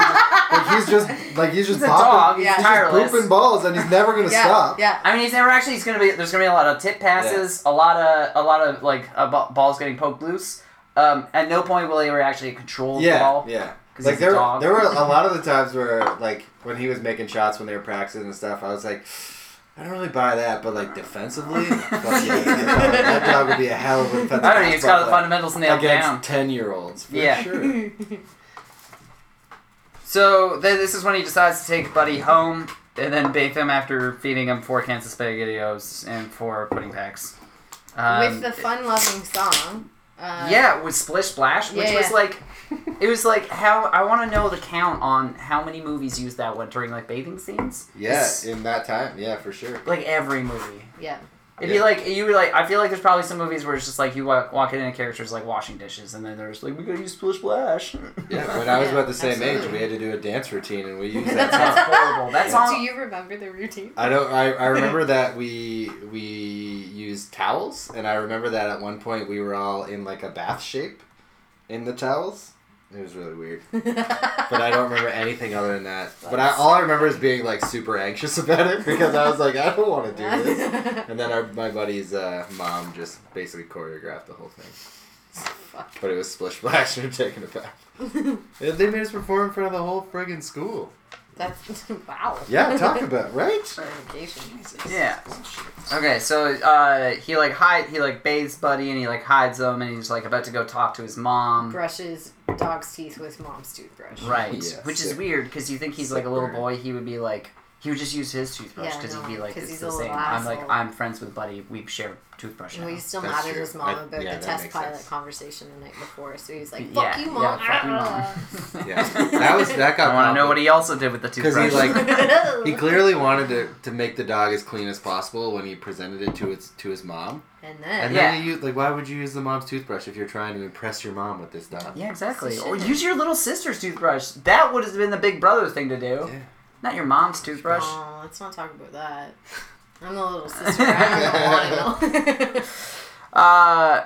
B: like he's just like he's just
A: He's a dog.
B: popping,
A: He's
C: Yeah.
B: he's just
A: tireless.
B: pooping balls, and he's never gonna
C: yeah,
B: stop.
C: yeah.
A: I mean, he's never actually. He's gonna be. There's gonna be a lot of tip passes, a lot of a lot of like uh, ba- balls getting poked loose. Um, at no point will he ever actually control the
B: Yeah,
A: ball.
B: yeah.
A: 'Cause
B: Like
A: he's a
B: there,
A: dog.
B: there were a lot of the times where like when he was making shots when they were practicing and stuff, I was like, I don't really buy that, but like defensively, fuck yeah, that dog would be a hell of a defensive.
A: I don't know. He's got the
B: basketball
A: fundamentals
B: player
A: nailed down.
B: against ten year olds for
A: Yeah.
B: sure.
A: So th- this is when he decides to take Buddy home and then bathe him after feeding him four cans of spaghettios and four pudding packs. Um,
C: With the fun-loving song. Uh,
A: yeah, with Splish Splash, which
C: Yeah,
A: was
C: yeah.
A: like, it was like how I want to know the count on how many movies used that one during like bathing scenes.
B: Yeah,
A: It's,
B: in that time, yeah, for sure.
A: like every movie.
C: Yeah.
A: If
B: Yeah.
A: you like, you were like, I feel like there's probably some movies where it's just like you walk, walk in and a character's like washing dishes, and then they're just like, we gotta use Splish Splash.
B: Yeah, when I was
C: Yeah,
B: about the same age,
C: absolutely.
B: we had to do a dance routine, and we used that. song.
A: That's horrible. That song.
C: Do you remember the routine?
B: I don't. I, I remember that we we used towels, and I remember that at one point we were all in like a bath shape, in the towels. It was really weird, but I don't remember anything other than that. But I, all I remember is being like super anxious about it because I was like, I don't want to do this. And then our, my buddy's uh, mom just basically choreographed the whole thing.
C: Fuck.
B: But it was splish splash and taking a bath. they made us perform in front of the whole friggin' school.
C: That's wow.
B: Yeah, talk about right.
C: Certification. Jesus.
A: Yeah. Okay, so uh, he like hide he like bathes Buddy and he like hides him and he's like about to go talk to his mom.
C: Brushes dog's teeth with mom's toothbrush.
A: Right,
B: Yeah,
A: which is
B: sick.
A: weird because you think he's
B: Sick
A: like a little
B: bird.
A: boy. He would be like he would just use his toothbrush
C: Yeah,
A: because
C: no,
A: he'd be like
C: 'cause
A: it's
C: he's
A: the
C: a little
A: same. I'm like
C: asshole.
A: I'm friends with Buddy. We share toothbrush.
C: And
A: now.
C: we still
B: That's
C: mad at
B: true.
C: his mom
B: I-
C: about
B: yeah,
C: the
B: that
C: test
B: makes
C: pilot
B: sense.
C: conversation the night before, so he's like, "Fuck
A: yeah,
C: you, mom!"
A: yeah,
C: Ah.
A: fuck you, mom.
B: Yeah, that was that got.
A: I want to know
B: complicated.
A: what he also did with the
B: 'Cause he,
A: toothbrush.
B: like- He clearly wanted to, to make the dog as clean as possible when he presented it to its to his mom.
C: and
B: And
C: then
A: Yeah.
B: then he used, like, why would you use the mom's toothbrush if you're trying to impress your mom with this dog?
A: yeah, exactly.
C: Shit.
A: Or use your little sister's toothbrush. That would have been the big brother thing to do.
B: Yeah.
A: Not your mom's toothbrush.
C: oh, let's not talk about that. I'm the little sister. I don't want to know.
A: Uh,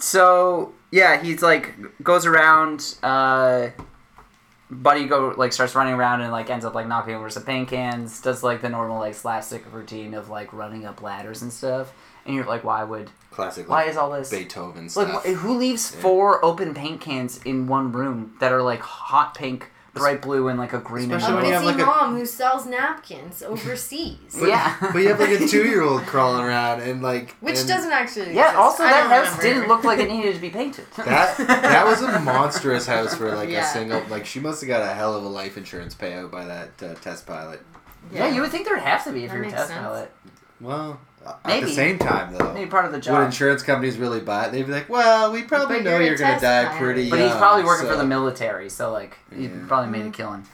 A: so yeah, he's like goes around. Uh, Buddy go like starts running around and like ends up like knocking over some paint cans. Does like the normal like slapstick routine of like running up ladders and stuff. And you're like, why would
B: Classic.
A: why
B: Like,
A: is all this?
B: Beethoven
A: Like,
B: stuff?
A: wh- who leaves four open paint cans in one room that are like hot pink, bright blue, and like a green? and
B: Especially
C: a
B: when you
A: yellow?
B: have,
C: busy
B: like, a-
C: mom who sells napkins overseas.
B: But-
A: yeah.
B: but you have like a two year old crawling around and like
C: Which
B: and
C: doesn't actually.
A: Yeah.
C: exist.
A: Also,
C: I
A: that
C: don't
A: house
C: remember.
A: didn't look like it needed to be painted.
B: That that was a monstrous house for like
C: Yeah.
B: a single like she must have got a hell of a life insurance payout by that uh, test pilot.
A: Yeah, you would think there'd have to be if
C: That
A: you're a
C: makes
A: test
C: sense.
A: pilot.
B: Well, uh, at
A: Maybe.
B: the same time though,
A: Maybe part of the job.
B: would insurance companies really buy it? They'd be like, well, we probably
C: But
B: know
C: you're a
B: you're, gonna
C: test
B: die
C: pilot.
B: pretty.
A: But he's
B: young,
A: probably working
B: so-
A: for the military, so like he
B: uh, Yeah.
A: probably
C: Mm-hmm.
A: made a killing.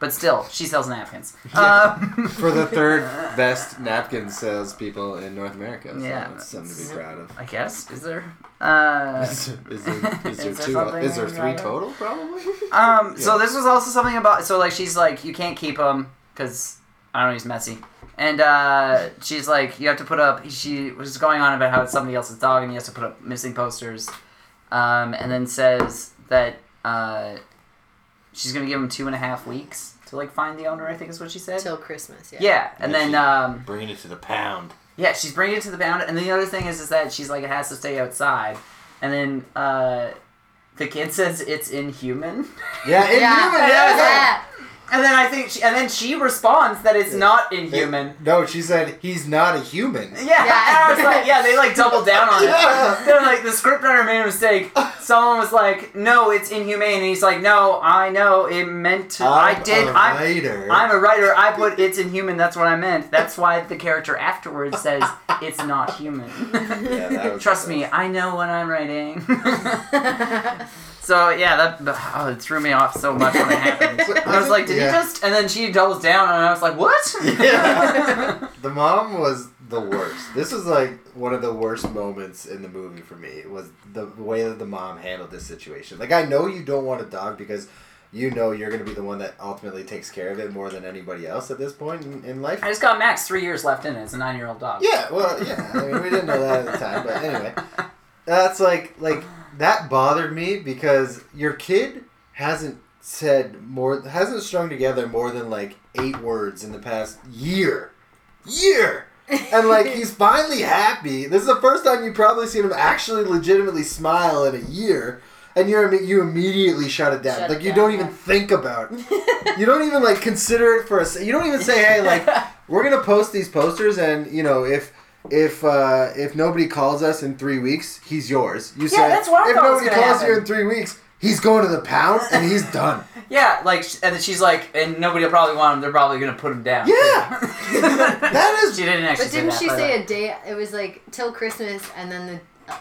A: But still, she sells napkins.
B: Yeah.
A: Um,
B: for the third best napkin salespeople in North America. So
A: Yeah.
B: it's something to be proud of.
A: I guess is there. Uh,
B: Is there, is there,
A: Is
B: is there
A: there
B: two?
A: something
B: Is there
A: wrong
B: three
A: with it?
B: total? Probably.
A: um. So
B: Yeah.
A: this was also something about. So like she's like you can't keep him because I don't know he's messy. And uh, she's like, you have to put up. She was going on about how it's somebody else's dog, and he has to put up missing posters. Um, and then says that uh, she's gonna give him two and a half weeks to like find the owner. I think is what she said.
C: Till Christmas. Yeah.
A: yeah, and then um,
B: Bringing it to the pound.
A: Yeah, she's bringing it to the bound, and the other thing is, is that she's like, it has to stay outside, and then uh, the kid says it's inhuman,
B: Yeah, inhuman.
C: Yeah.
B: Yeah. yeah.
C: Yeah.
A: and then I think, she, and then she responds that it's not inhuman.
B: No, she said he's not a human.
A: Yeah, and I was like, yeah, they like doubled down on it.
B: Yeah.
A: They're like, the scriptwriter made a mistake. Someone was like, no, it's inhumane, and he's like, no, I know, it meant to. i
B: I'm
A: did.
B: A
A: I
B: writer.
A: I'm a writer. I put it's inhuman. That's what I meant. That's why the character afterwards says it's not human.
B: Yeah, that was
A: Trust
B: the
A: me,
B: best.
A: I know what I'm writing. so yeah, that oh, it threw me off so much when it happened. I was like, did he
B: Yeah.
A: just? And then she doubles down, and I was like, what?
B: Yeah. The mom was the worst. This is like one of the worst moments in the movie for me. Was the way that the mom handled this situation. Like I know you don't want a dog because
D: you know you're going to be the one that ultimately takes care of it more than anybody else at this point in, in life.
A: I just got Max three years left in it. It's a nine year old dog.
D: Yeah, well, yeah. I mean, we didn't know that at the time, but anyway, that's like like that bothered me because your kid hasn't said more, hasn't strung together more than like eight words in the past year, year, and like he's finally happy. This is the first time you probably seen him actually legitimately smile in a year. And you're imme- you immediately shut it down.
C: Shut
D: like
C: it
D: you
C: down,
D: don't
C: yeah.
D: even think about. it. You don't even like consider it for a. se- You don't even say, "Hey, like we're gonna post these posters and you know if if uh, if nobody calls us in three weeks he's yours you said
A: that's what I
D: if
A: thought was
D: nobody
A: gonna
D: calls you
A: happen."
D: in three weeks he's going to the pound and he's done
A: yeah, like, sh- and then she's like, and nobody will probably want him. They're probably gonna put him down.
D: Yeah. That is-
A: She didn't actually.
C: But didn't
A: say that,
C: she
A: by the
C: say
A: way.
C: a day? It was like till Christmas, and then the uh,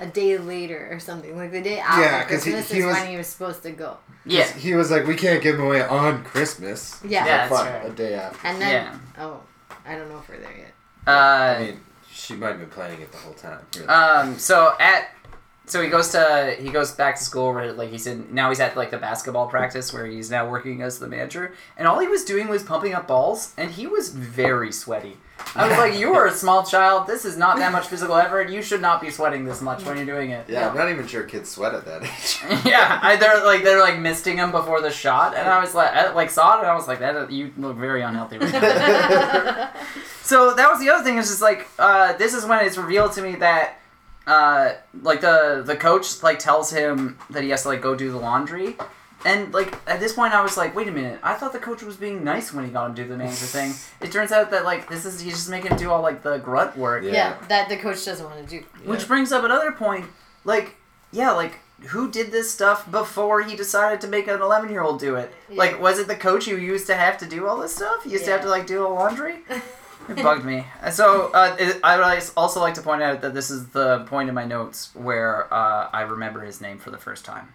C: a day later or something. Like the day after
D: Yeah, 'cause he-
C: Christmas
D: he
C: is
D: was-
C: when he was supposed to go.
A: Yeah.
D: he was like we can't give him away on christmas
C: Yeah.
A: Yeah. That's
D: Fun,
A: right.
D: a day after
C: And then
A: Yeah.
C: oh, I don't know if we're there yet.
A: Uh,
B: I mean, she might have been planning it the whole time. really.
A: Um. So at so he goes to he goes back to school where like he's in now he's at like the basketball practice where he's now working as the manager and all he was doing was pumping up balls and he was very sweaty. I was like, you are a small child. This is not that much physical effort. You should not be sweating this much when you're doing it.
D: Yeah.
B: yeah, I'm not even sure kids sweat at that age.
A: yeah. I, they're like they're like misting him before the shot, and I was like, I like saw it, and I was like, that you look very unhealthy right now. So that was the other thing. Is just like uh, this is when it's revealed to me that uh, like the the coach like tells him that he has to like go do the laundry, and like at this point I was like, wait a minute, I thought the coach was being nice when he got him to do the manager thing. It turns out that like this is he's just making him do all like the grunt work,
B: Yeah.
C: yeah. that the coach doesn't want to do.
A: which brings up another point. Like yeah, like. Who did this stuff before he decided to make an 11 year old do it? Like, was it the coach who used to have to do all this stuff? He used to have
C: Yeah.
A: to, like, do the laundry? It bugged me. So uh, it, I would als- also like to point out that this is the point in my notes where uh, I remember his name for the first time.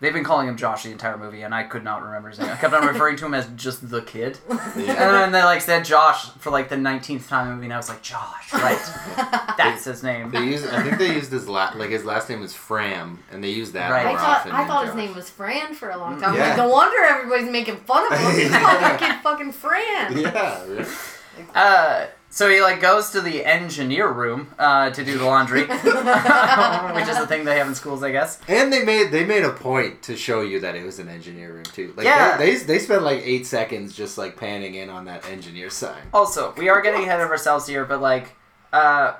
A: They've been calling him Josh the entire movie, and I could not remember his name. I kept on referring to him as just the kid, and then they like said Josh for like the nineteenth time in the movie, and I was like, Josh, right? That's his name.
B: They use, I think they used his last, like his last name was Fram, and they used that.
A: Right.
B: more
C: I thought
B: often
C: I
B: than
C: thought his
B: Josh.
C: name was Fran for a long
A: Mm,
C: time.
D: Yeah.
C: Like, no wonder everybody's making fun of him. He's called that kid fucking Fran.
D: yeah yeah.
A: Uh, so he like goes to the engineer room uh, to do the laundry, which is the thing they have in schools, I guess.
B: And they made they made a point to show you that it was an engineer room too. Like
A: Yeah.
B: they, they they spent like eight seconds just like panning in on that engineer sign.
A: Also, we are getting ahead of ourselves here, but like, uh,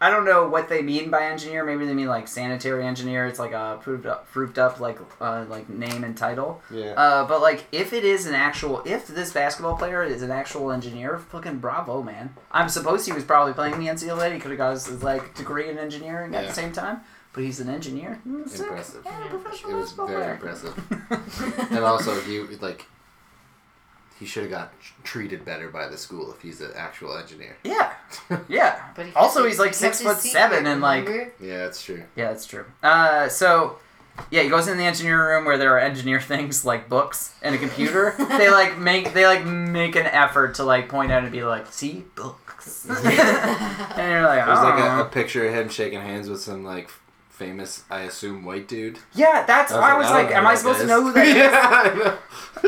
A: I don't know what they mean by engineer. Maybe they mean like sanitary engineer. It's like a proved up, proved up like uh, like name and title.
B: Yeah.
A: Uh, but like, if it is an actual, if this basketball player is an actual engineer, fucking bravo, man. I'm supposed he was probably playing in the NCAA. He could have got his, his, like degree in engineering at
B: Yeah.
A: the same time. But he's an engineer. Mm, sick.
B: Impressive.
A: Yeah, professional
B: It was
A: basketball
B: very
A: player.
B: impressive. and also, he like he should have got tr- treated better by the school if he's an actual engineer.
A: Yeah, yeah.
C: But he
A: also,
C: kept
A: he's
C: his-
A: like
C: he
A: six
C: kept his
A: foot
C: secret,
A: seven and like.
C: remember?
B: Yeah, that's true.
A: Yeah, that's true. Uh, so, yeah, he goes in the engineer room where there are engineer things like books and a computer. they like make they like make an effort to like point out and be like, see books, and you're like,
B: There's like a,
A: "Oh."
B: a picture of him shaking hands with some like famous, I assume, white dude.
A: yeah, that's. I was
B: don't
A: like,
B: know
A: am
B: who
A: I
B: that
A: supposed to
B: is."
A: know who that is?
B: yeah, I know.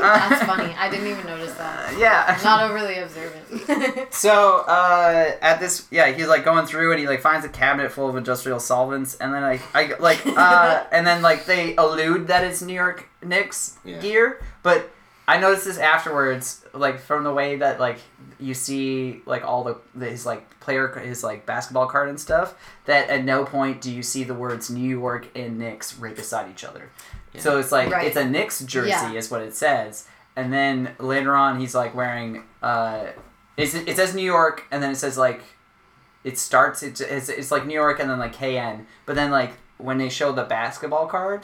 C: That's funny. I didn't even notice that.
A: Yeah.
C: Not overly observant.
A: So uh, at this, yeah, he's like going through and he like finds a cabinet full of industrial solvents, and then I, I like, uh, and then like they allude that it's New York Knicks
B: Yeah.
A: gear, but I noticed this afterwards, like from the way that like you see like all the the- his like player his like basketball card and stuff. That at no point do you see the words New York and Knicks right beside each other. So it's like
C: Right.
A: it's a Knicks jersey
C: Yeah.
A: is what it says, and then later on he's like wearing. Uh, it's, it says New York, and then it says like, it starts. It's, it's it's like New York, and then like KN. But then like when they show the basketball card,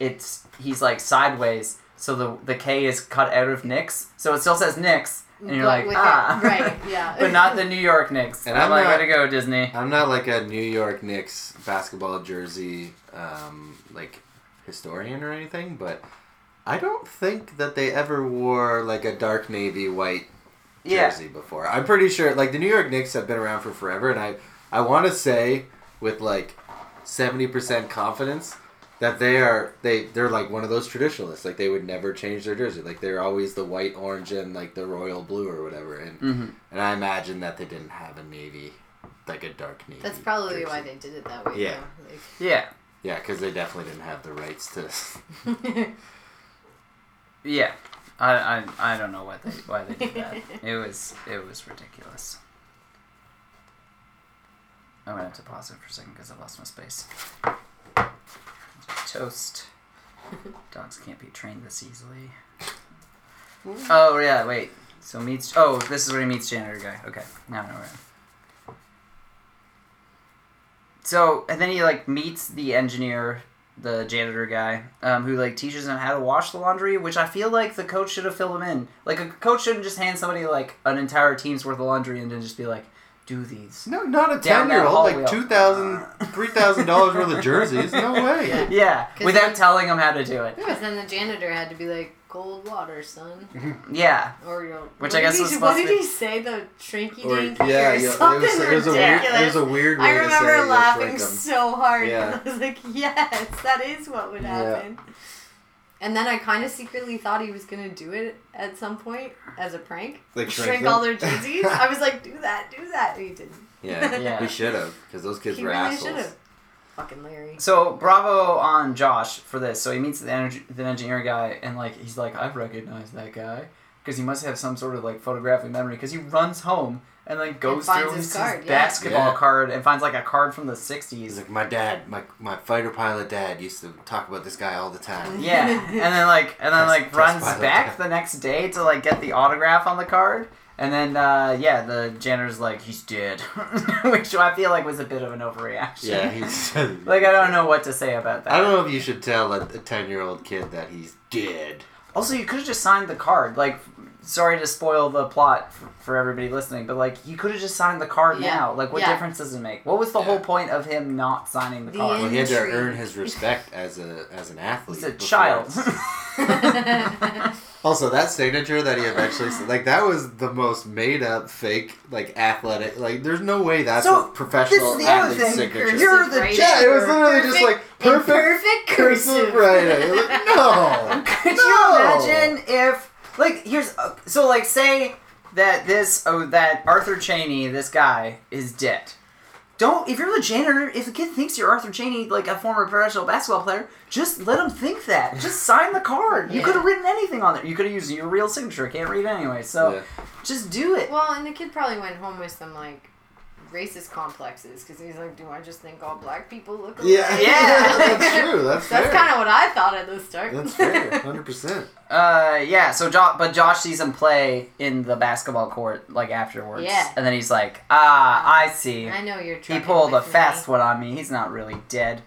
A: it's he's like sideways, so the the K is cut out of Knicks, so it still says Knicks, and you're
C: But
A: like
C: with it-
A: ah,
C: right, yeah.
A: but not the New York Knicks.
B: And
A: And I'm,
B: I'm
A: like,
B: not-
A: way to go, Disney.
B: I'm not like a New York Knicks basketball jersey um, like historian or anything, but I don't think that they ever wore like a dark navy white
A: Yeah.
B: jersey before. I'm pretty sure like the New York Knicks have been around for forever, and I I want to say with like seventy percent confidence that they are they they're like one of those traditionalists. Like they would never change their jersey. Like they're always the white, orange, and like the royal blue or whatever. And
D: Mm-hmm.
A: Mhm.
B: and I imagine that they didn't have a navy, like a dark navy.
C: That's probably
B: jersey.
C: why they did it that way.
B: Yeah.
A: Yeah.
B: Yeah, because they definitely didn't have the rights to.
C: though, like-
A: Yeah. I, I, I don't know what they why they did that. it was it was ridiculous. I'm gonna have to pause it for a second because I lost my space. Toast. Dogs can't be trained this easily. Oh yeah, wait. So meets oh this is where he meets janitor guy. Okay, now I know where. So and then he like meets the engineer the janitor guy um, who like teaches him how to wash the laundry which i feel like the coach should have filled him in like a coach shouldn't just hand somebody like an entire team's worth of laundry and then just be like do these
D: No, not a
A: Down
D: ten
A: that
D: year old. Like
A: hallway.
D: two thousand, three thousand dollars worth of jerseys. No way.
A: yeah
C: 'Cause
A: without
C: they-
A: telling him how to do it
C: Because then the janitor had to be like, cold water, son.
A: yeah
C: Or, you know,
A: Which
C: what
A: I guess
C: did
A: was
C: he, What
A: supposed
C: did
A: to-
C: he say? The shrinky
D: Or
C: dink?
D: yeah, yeah.
C: or
D: It was,
C: something
D: it was a weird. It was
C: ridiculous.
D: a weird way
C: I
D: to say it
C: remember
D: was
C: laughing
D: like, um,
C: so hard.
D: Yeah.
C: I was like, yes, that is what would
D: Yeah.
C: happen. And then I kind of secretly thought he was going to do it at some point as a prank.
D: Like
C: shrink,
D: shrink
C: all their
D: them?
C: jerseys. I was like, do that, do that. And he didn't.
B: Yeah,
A: Yeah.
B: we should have because those kids
C: he
B: were
C: really
B: assholes.
C: should've. Fucking Larry.
A: So bravo on Josh for this. So he meets the, energy, the engineer guy, and like he's like, I recognize that guy because he must have some sort of like photographic memory because he runs home and like goes
C: finds
A: through
C: his
A: his,
C: card, yeah.
A: basketball
B: Yeah.
A: card and finds like a card from the
B: He's
A: '60s.
B: like, my dad, my, my fighter pilot dad used to talk about this guy all the time.
A: Yeah, and then like and then
B: That's-
A: like
B: that's
A: runs
B: wild.
A: back the next day to like get the autograph on the card. And then, uh, yeah, the janitor's like, he's dead. Which I feel like was a bit of an overreaction.
B: Yeah, he's
A: Like, I don't know what to say about that.
B: I don't know if you should tell a ten year old kid that he's dead.
A: Also, you could have just signed the card. Like, sorry to spoil the plot for, for everybody listening, but like, you could have just signed the card
C: Yeah.
A: now. Like, what
C: Yeah.
A: difference does it make? What was the whole
B: Yeah.
A: point of him not signing the,
C: The
A: card?
B: Well, he had to
C: Intrigue.
B: earn his respect as a as an athlete.
A: He's a
B: before-
A: child.
B: Also, that signature that he eventually like that was the most made up fake like athletic like. There's no way that's
A: So,
B: a professional
A: this is the other
B: athlete
A: thing.
B: signature.
C: Cursive
A: You're the
C: writing.
D: Yeah, it was literally just like perfect
C: perfect
D: cursive writing. Like, no.
A: could
D: No!
A: you imagine if, like, here's uh, so like say that this oh that Arthur Cheney this guy is dead. Don't if you're the janitor, if the kid thinks you're Arthur Cheney, like a former professional basketball player, just let him think that. Just sign the card. You
C: Yeah.
A: could have written anything on there. You could have used your real signature. Can't read anyway, so
B: Yeah.
A: just do it.
C: Well, and the kid probably went home with some like racist complexes because he's like, "Do I just think all black people look alike?"
D: Yeah,
A: Yeah.
D: that's true. That's
C: That's
D: fair.
C: kind of what I thought at the start.
D: That's fair. Hundred percent.
A: Uh, yeah. So, jo- but Josh sees him play in the basketball court like afterwards.
C: Yeah.
A: And then he's like, Ah, I see.
C: I know you're.
A: he
C: trucking
A: pulled a
C: with
A: fast
C: me.
A: one on me. He's not really dead.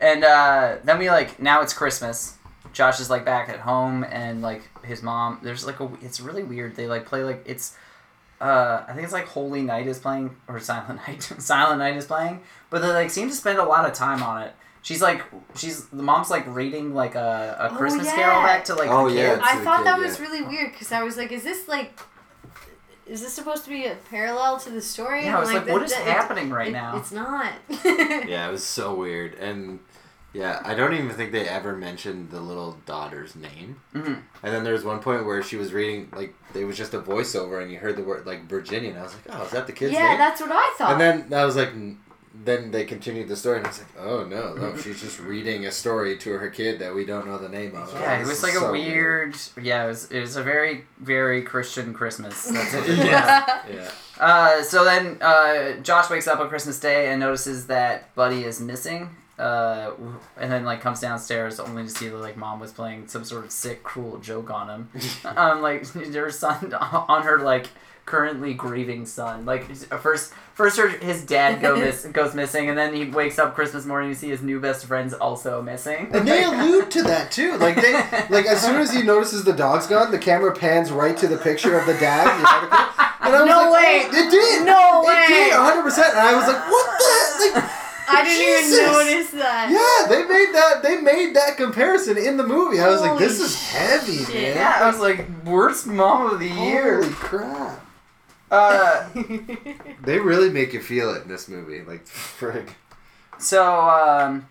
A: And uh, then we like now it's Christmas. Josh is like back at home, and like his mom. There's like a. It's really weird. They like play like it's. Uh, I think it's like Holy Night is playing or Silent Night. Silent Night is playing, but they like seem to spend a lot of time on it. She's like, she's the mom's like reading like a, a
C: Oh,
A: Christmas
C: yeah.
A: Carol back to like
B: Oh,
A: the
B: yeah.
A: kids.
B: That's
C: I
B: the
C: thought
B: kid,
C: that
B: yeah.
C: was really weird because I was like, "Is this like, is this supposed to be a parallel to the story?"
A: Yeah,
C: And
A: I was like, what is
C: that- that-
A: happening right
C: it-
A: now?
C: It's not.
B: yeah, it was so weird and. Yeah, I don't even think they ever mentioned the little daughter's name.
A: Mhm.
B: And then there was one point where she was reading, like, it was just a voiceover, and you heard the word, like, Virginia, and I was like, oh, is that the kid's
C: yeah,
B: name?
C: that's what I thought.
B: And then I was like, n- then they continued the story, and I was like, oh no, no, she's just reading a story to her kid that we don't know the name of.
A: Yeah,
B: Oh,
A: it
B: this
A: was
B: is
A: like a
B: so
A: weird, Yeah, it was. It was a very, very Christian Christmas. That's what it was.
B: Yeah. Yeah,
A: Uh, so then uh, Josh wakes up on Christmas Day and notices that Buddy is missing. Uh, and then like comes downstairs only to see that like mom was playing some sort of sick, cruel joke on him. um, like her son on her like currently grieving son. Like first, first her, his dad go miss, goes missing, and then he wakes up Christmas morning to see his new best friends also missing.
D: And they allude to that too. Like they, like as soon as he notices the dog's gone, the camera pans right to the picture of the dad. in the article. And I was
A: No
D: like,
A: way.
D: oh, it did.
C: No
D: It
C: way.
D: did, hundred percent. And I was like, what the? Like,
C: I didn't
D: Jesus.
C: even notice that.
D: yeah, they made that. They made that comparison in the movie. I was like,
C: Holy
D: this is heavy,
C: shit.
D: man.
A: Yeah, I was like worst mom of the
D: Holy
A: year.
D: crap!
A: Uh,
B: they really make you feel it in this movie. Like,
D: Frick.
A: So, um,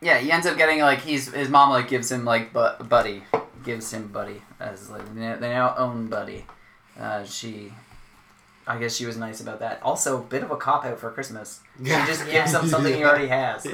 A: yeah, he ends up getting like he's his mom like gives him like bu- buddy, gives him buddy as like they now- they now own buddy. Uh, she, I guess she was nice about that. Also, bit of a cop out for Christmas. She just gives him something he already has.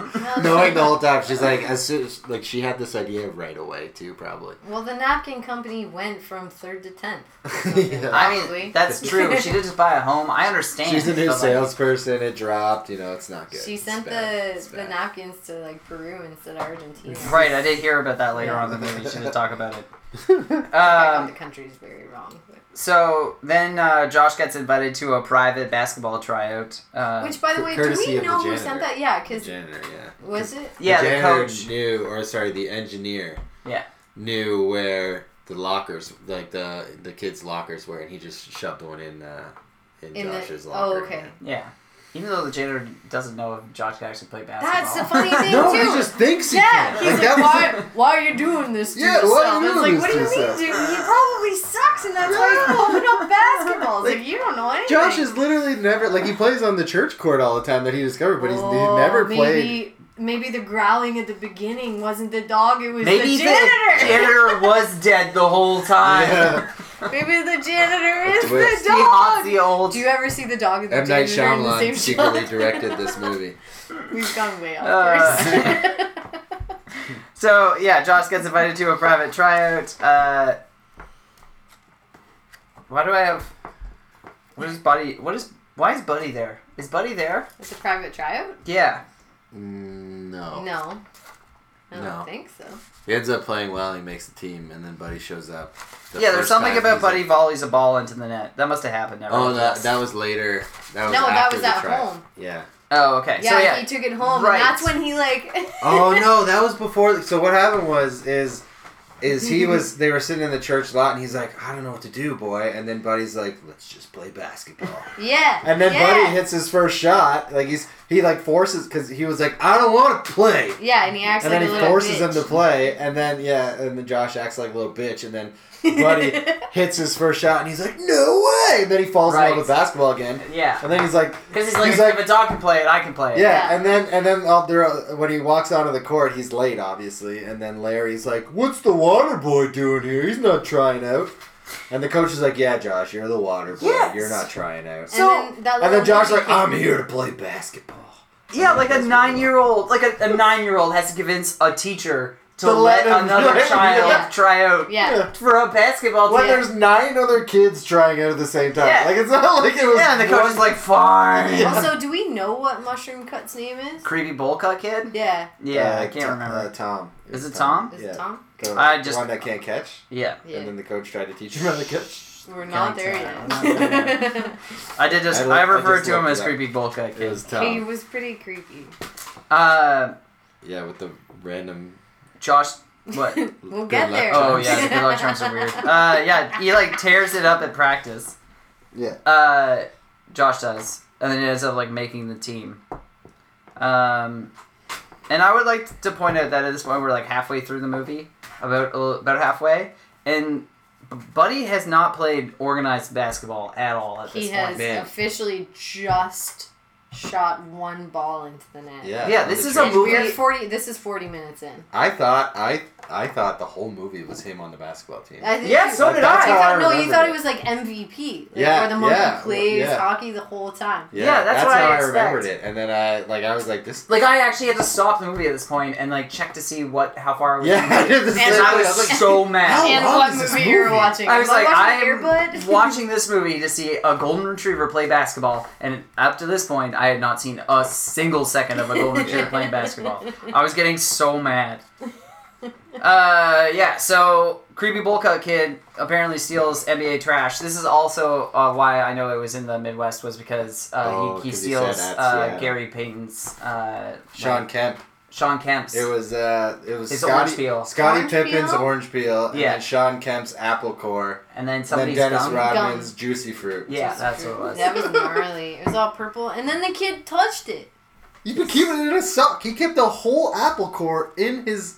B: Knowing the whole time, she's like, as soon as, like she had this idea right away too, probably.
C: Well, the napkin company went from third to tenth.
D: Yeah.
A: I
C: Probably.
A: mean, that's true. She did just buy a home. I understand.
B: She's a new
A: but, like,
B: salesperson. It dropped. You know, it's not good.
C: She
B: It's
C: sent
B: bad.
C: the
B: It's
C: the
B: bad.
C: napkins to like Peru instead of Argentina.
A: Right, I did hear about that later on in the movie. She did talk about it.
C: I got
A: Um,
C: the countries very wrong. but-
A: so then uh, Josh gets invited to a private basketball tryout. Uh,
C: Which, by the
B: cur-
C: way, do
B: courtesy
C: we
B: of the
C: know who sent
B: janitor.
C: that? Yeah,
B: The
C: because
B: janitor, yeah.
C: was it?
A: yeah,
B: the
A: the
B: janitor
A: coach.
B: knew, or sorry, the engineer.
A: Yeah.
B: Knew where the lockers, like the the kids' lockers were, and he just shoved one in uh, in,
C: In the-
B: Josh's
C: oh,
B: locker.
C: okay.
B: yeah.
A: Yeah. Even though the janitor doesn't know if Josh can actually play basketball.
C: That's the funny thing
D: No,
C: too.
D: he just thinks he
C: yeah,
D: can.
C: he's like,
D: that was-
C: why, why are you doing this to
D: Yeah,
C: yourself?
D: why are you
C: it's
D: doing
C: like, what do you
D: this to
C: mean, dude? He probably sucks, and that's why he's pumping up basketballs. Like, you don't know anything.
D: Josh is literally never like he plays on the church court all the time that he discovered, but he's, he never
C: Oh, maybe,
D: played.
C: Maybe the growling at the beginning wasn't the dog; it was
A: Maybe
C: the janitor.
A: janitor was dead the whole time.
D: Yeah.
C: maybe the janitor is
B: twist.
C: the
A: He haunts
C: dog.
A: the old.
C: Do you ever see the dog and the
B: M Night
C: janitor in the
B: Shyamalan
C: same
B: secretly
C: shot?
B: directed this movie.
C: We've gone way off
A: Uh,
C: course.
A: So yeah, Josh gets invited to a private tryout. Uh, why do I have? What is Buddy? What is? Why is Buddy there? Is Buddy there?
C: it's a private tryout.
A: Yeah.
B: Mm,
D: Oh.
B: no.
C: No, I don't
B: No.
C: think so.
B: He ends up playing well. He makes the team, and then Buddy shows up. the
A: yeah, there's
B: first
A: something
B: time.
A: about
B: He's like-
A: Buddy volleys a ball into the net. That must have happened. Never
B: oh,
A: mind.
B: that that was later. That was
C: No, that
B: after
C: was
B: the
C: at
B: trial.
C: home.
B: Yeah.
A: Oh, okay.
C: Yeah,
A: so yeah,
C: he took it home,
A: Right.
C: and that's when he like.
D: oh no, that was before. So what happened was is is he was they were sitting in the church lot and he's like, I don't know what to do, boy. And then Buddy's like, let's just play basketball.
C: yeah.
D: And then
C: yeah.
D: Buddy hits his first shot. Like he's he like forces because he was like, I don't want to play.
C: Yeah, and he acts
D: And
C: like
D: then
C: a
D: he
C: little
D: forces
C: bitch.
D: him to play, and then yeah, and then Josh acts like a little bitch, and then Buddy hits his first shot, and he's like, "No way!" And then he falls in
A: Right.
D: love with basketball again,
A: yeah.
D: and then he's like,
A: Because he's like,
D: He's like-
A: if a dog can play it, I can play it.
D: yeah,
C: Yeah.
D: and then and then out there uh, when he walks onto the court, he's late, obviously. And then Larry's like, "What's the water boy doing here? He's not trying out." And the coach is like, "Yeah, Josh, you're the water boy.
A: Yes.
D: You're not trying out."
C: And
A: So-
C: then that
D: And then
C: little
D: Josh's
C: monkey
D: like, "I'm
C: kid-
D: here to play basketball."
A: Yeah, like a nine-year-old, like a, a nine-year-old has to convince a teacher to
D: To
A: let
D: let him-
A: another
D: Yeah.
A: child
C: Yeah.
A: try out
C: Yeah.
A: for a basketball
D: When
A: team.
D: there's nine other kids trying out at the same time,
A: Yeah.
D: like it's not like it was.
A: Yeah, and the coach is
D: one-
A: like, fine.
D: Yeah.
C: Also, do we know what Mushroom Cut's name is?
A: Creepy bowl cut kid?
C: Yeah.
A: Yeah, I
D: uh,
A: can't
D: Tom-
A: remember.
D: Uh, Tom.
A: Is
D: was
A: it Tom?
C: Is
D: Yeah.
C: it Tom?
D: The,
A: I
D: the
A: just-
D: one that can't catch.
A: yeah.
C: Yeah.
D: And then the coach tried to teach him how to catch.
C: We're not there
A: Count
C: yet.
A: I did just,
D: I
A: I,
D: lo- I
A: referred
D: just
A: to him
D: looked
A: as
D: it up.
A: creepy bowl cut
B: It
A: kid.
B: was
C: he
B: Tom.
C: was pretty creepy.
A: Uh,
B: Yeah, with the random.
A: Josh, what?
C: we'll
B: Good
C: get
B: luck.
C: there.
A: oh, yeah, the good luck charms are weird. Uh, yeah, he like tears it up at practice.
D: Yeah.
A: Uh, Josh does. And then he ends up like making the team. Um, and I would like to point out that at this point we're like halfway through the movie, about about halfway, and Buddy has not played organized basketball at all at
C: he
A: this
C: has
A: point.
B: man.
C: officially just shot one ball into the net.
B: Yeah.
A: Yeah,
B: on
A: this
B: the
A: is
B: train.
A: a
C: And we're
A: movie-
C: forty. This is forty minutes in.
B: I thought I I thought the whole movie was him on the basketball team.
C: I think
A: Yeah,
C: you-
A: so did
C: you
A: I.
D: That's how
C: thought-
D: I
C: no, you
D: remembered
C: thought it
D: it.
C: was like MVP. Like,
D: Yeah,
C: Where the monkey
D: yeah,
C: plays
D: yeah.
C: hockey the whole time.
A: Yeah, that's what
B: how
A: I
B: I, remembered
A: expect.
B: it. And then I like I was like this.
A: Like I actually had to stop the movie at this point and like check to see what how far I was.
D: Yeah, I did the same
A: and
D: thing.
A: I was so mad.
D: How
C: and
D: long
C: what
D: is
C: movie,
D: this
C: you're
D: movie?
C: watching?
A: I was
C: Am
A: like, I
C: watching
A: am
C: Earbud?
A: watching this movie to see a golden retriever play basketball, and up to this point, I had not seen a single second of a golden retriever playing basketball. I was getting so mad. Uh, yeah. So creepy bowl cut kid apparently steals NBA trash. This is also uh, why I know it was in the Midwest was because uh,
B: Oh,
A: he, he
B: 'cause he said
A: steals
B: that,
A: uh,
D: yeah.
A: Gary Payton's uh,
D: Sean
A: like,
D: Kemp.
A: Sean Kemp's.
D: It was uh, it was
A: It's
D: Scotty,
A: orange peel.
D: Scotty
C: Orange
D: Pippen's
C: peel?
D: orange peel, and
A: Yeah.
D: then Sean Kemp's apple core,
A: and then
D: and then
A: somebody's
D: Dennis
A: gum.
D: Rodman's
C: Gum.
D: juicy fruit.
A: Yeah, that's what it was.
C: That was gnarly. It was all purple, and then the kid touched it.
D: You've been keeping it in a sock. He kept the whole apple core in his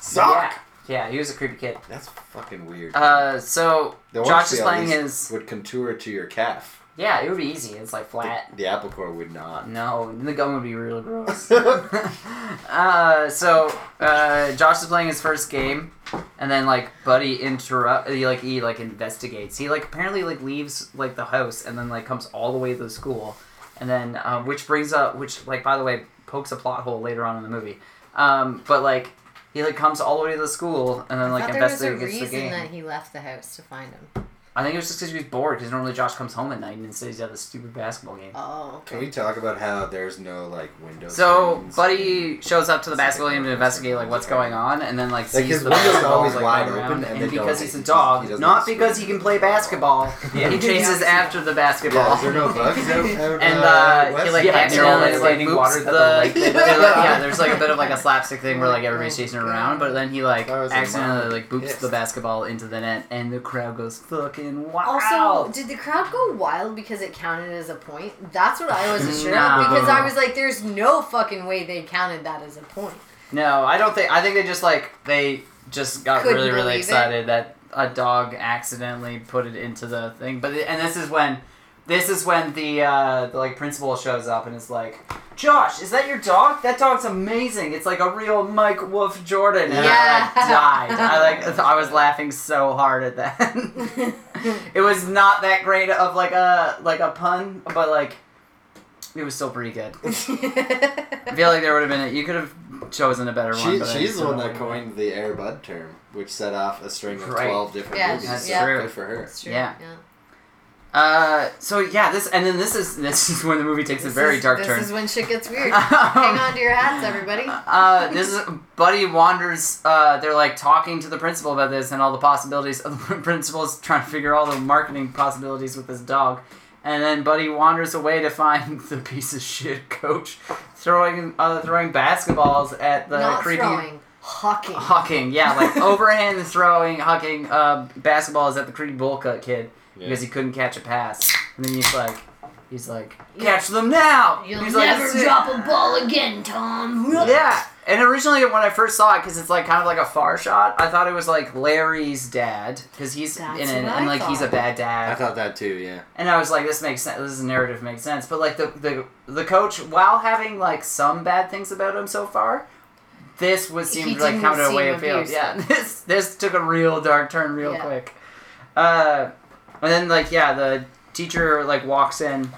D: sock.
A: Yeah. yeah, he was a creepy kid.
B: That's fucking weird.
A: Uh, so
D: The orange
A: Josh is
D: peel
A: playing
D: at
A: his.
D: would contour to your calf.
E: Yeah, it would be easy. It's like flat.
F: The apple core would not.
A: No, the gum would be real gross.
E: uh,
A: so uh, Josh is playing his first game, and then like Buddy interrupt. He like he like investigates. He like apparently like leaves like the house, and then like comes all the way to the school, and then um, which brings up which like by the way pokes a plot hole later on in the movie. Um, but like he like comes all the way to the school, and then
C: I
A: like
C: thought there was a
A: investigates the
C: reason
A: game.
C: that he left the house to find him.
A: I think it was just because he was bored. Because normally Josh comes home at night, and instead he's at a stupid basketball game.
C: Oh,
B: Can
C: okay.
B: we talk about how there's no like window?
A: So
B: screens?
A: Buddy shows up to the basketball game to investigate like what's going on, and then like
B: Like,
A: sees
B: his
A: the
B: window's
A: basketball,
B: always
A: like,
B: wide
A: running
B: open,
A: around,
B: and
A: and,
B: they don't-
A: because he's
B: he
A: a
B: just-
A: dog,
B: he doesn't
A: not
B: swing.
A: because he can play basketball,
F: Yeah.
A: he chases
C: Yeah.
A: after the
B: Yeah,
A: basketball.
B: is there no bugs out, out
A: And
B: out
A: uh,
B: west?
A: he like
E: Yeah, they're all,
A: accidentally
E: like,
A: like
E: radiating
A: moops
E: water
A: the,
E: that the lake-
A: yeah.
B: Yeah.
A: there's like a bit of like a slapstick thing where like everybody's chasing
C: Oh,
A: around, but then he like
B: That was a
A: accidentally
B: mile.
A: like boops
B: Yes.
A: the basketball into the net, and the crowd goes fucking
C: Also,
A: wild.
C: did the crowd go wild because it counted as a point? That's what I wasn't sure
A: No.
C: of because I was like, "There's no fucking way they counted that as a point."
A: No, I don't think. I think they just like they just got
C: Couldn't
A: really really
C: believe it.
A: excited that a dog accidentally put it into the thing. But and this is when this is when the uh, the like principal shows up and is like, Josh, is that your dog? That dog's amazing. It's like a real Mike Wolf Jordan. And I
C: Yeah.
A: like, died. I like I was laughing so hard at that. it was not that great of like a like a pun, but like it was still pretty good. I feel like there would have been a, you could have chosen a better one.
B: She,
A: but I
B: she's the
A: still
B: one
A: don't
B: that
A: like
B: coined the Air Bud term, which set off a string of
A: Right.
B: twelve different
C: Yeah,
B: movies.
A: That's
C: Yeah.
A: true.
B: Good for her.
C: It's true.
A: Yeah. Uh, so yeah, this and then this is this is when the movie takes
C: This
A: a very
C: is-
A: dark
C: this
A: turn. Uh,
C: is when shit gets weird. Hang
A: Um,
C: on to your hats, everybody.
A: uh, this is Buddy wanders. Uh, they're like talking to the principal about this and all the possibilities. The principal's trying to figure all the marketing possibilities with this dog, and then Buddy wanders away to find the piece of shit coach throwing uh, throwing basketballs at the
C: Not
A: creepy
C: throwing, hawking.
A: Hucking, yeah, like overhand throwing, hucking uh, basketballs at the Creed Bowl Cut kid because he couldn't catch a pass. And then he's like, he's like, catch them now.
C: You'll
A: he's
C: never
A: like,
C: drop a ball again, Tom.
A: Yeah, and originally when I first saw it, because it's like kind of like a far shot, I thought it was like Larry's dad because he's
C: That's
A: in it
C: what
A: and
C: I
A: like he's a
C: thought.
A: bad dad.
F: I thought that too. Yeah.
A: And I was like, this makes sense. This narrative makes sense. But like the the the coach, while having like some bad things about him so far, this was
C: He
A: seemed like
C: didn't
A: kind of a way
C: seem
A: of field.
C: abusive.
A: Yeah, this this took a real dark turn real
C: Yeah.
A: quick. Uh, and then like yeah, the teacher like walks in,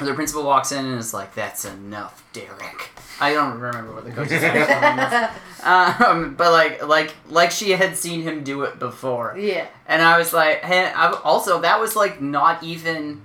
A: or the principal walks in and is like, "That's enough, Derek." I don't remember what the coach is actually calling him. um, but like like like she had seen him do it before.
C: yeah.
A: And I was like, hey, I, also, that was like not even.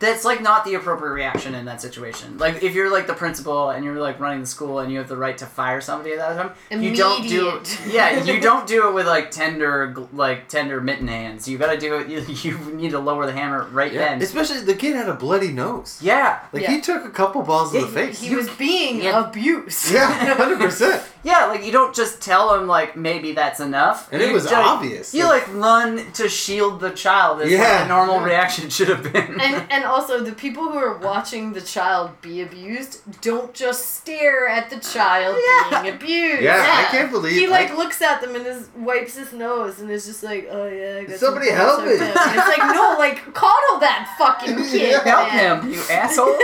A: That's like not the appropriate reaction in that situation. Like, if you're like the principal and you're like running the school and you have the right to fire somebody at that time, you don't do.
C: Immediate.
A: Yeah, you don't do it with like tender, gl- like tender mitten hands. You gotta do it. You, you need to lower the hammer right then.
B: Especially the kid had a bloody nose.
A: yeah,
B: Like
C: Yeah.
B: he took a couple balls in
A: Yeah,
B: the face.
C: He was being
A: Yeah.
C: abused.
B: yeah, hundred percent.
A: yeah. Like you don't just tell him like maybe that's enough.
B: And it
A: You
B: was
A: just-
B: obvious.
A: You like run to shield the child. Is yeah,
B: Yeah.
A: what a normal reaction should have been.
C: And and also the people who are watching the child be abused don't just stare at the child
A: Yeah.
C: being abused.
B: Yeah, I can't believe-
C: he like
B: I-
C: looks at them and is wipes his nose and is just like, oh yeah. I got
B: Somebody
C: some
B: help
C: balls
B: me.
C: over there." And It's like no, like coddle that fucking kid.
B: Yeah.
A: Help
C: man.
A: him, you asshole.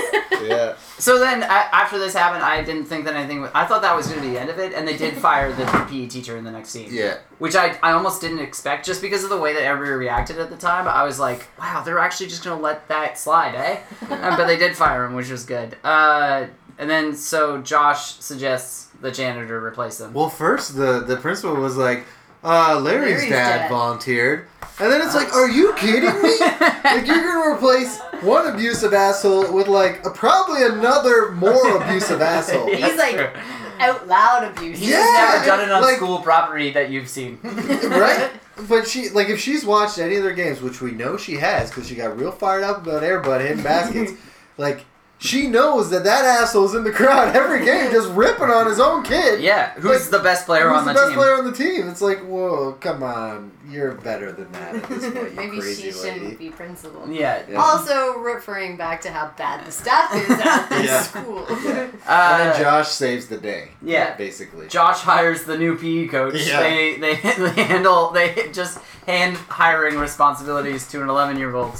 B: yeah.
A: So then, a after this happened, I didn't think that anything. Was, I thought that was going to be the end of it, and they did fire the PE teacher in the next scene,
B: Yeah.
A: which I, I almost didn't expect just because of the way that everybody reacted at the time. I was like, wow, they're actually just going to let that slide, eh? Uh, but they did fire him, which was good. Uh, and then, so Josh suggests the janitor replace him.
B: Well, first the the principal was like, uh, Larry's,
C: Larry's
B: dad,
C: dad. Oh.
B: volunteered, and then it's like, are you kidding me? like you're gonna replace one abusive asshole with like a, probably another more abusive asshole.
A: Yeah,
C: He's like-
A: sure.
C: Out loud abuse.
A: He's
B: Yeah.
A: never done it on
B: like-
A: school property that you've seen.
B: right? But she, like, if she's watched any of their games, which we know she has, because she got real fired up about Air Bud hitting baskets, like, she knows that that asshole's in the crowd every game, just ripping on his own kid.
A: yeah, who's
B: Like,
A: the best player
B: Who's
A: on
B: the,
A: the,
B: best
A: team?
B: player on the team? It's like, whoa, come on, you're better than that. At this point, you
C: Maybe
B: crazy
C: she shouldn't
B: lady.
C: be principal.
A: Yeah.
B: Yeah.
C: Also referring back to how bad the staff is at this
B: Yeah.
C: school.
B: Yeah.
A: Uh,
B: and then Josh saves the day.
A: Yeah.
B: basically.
A: Josh hires the new PE coach.
B: Yeah.
A: They, they they handle they just and hiring responsibilities to an 11 year old.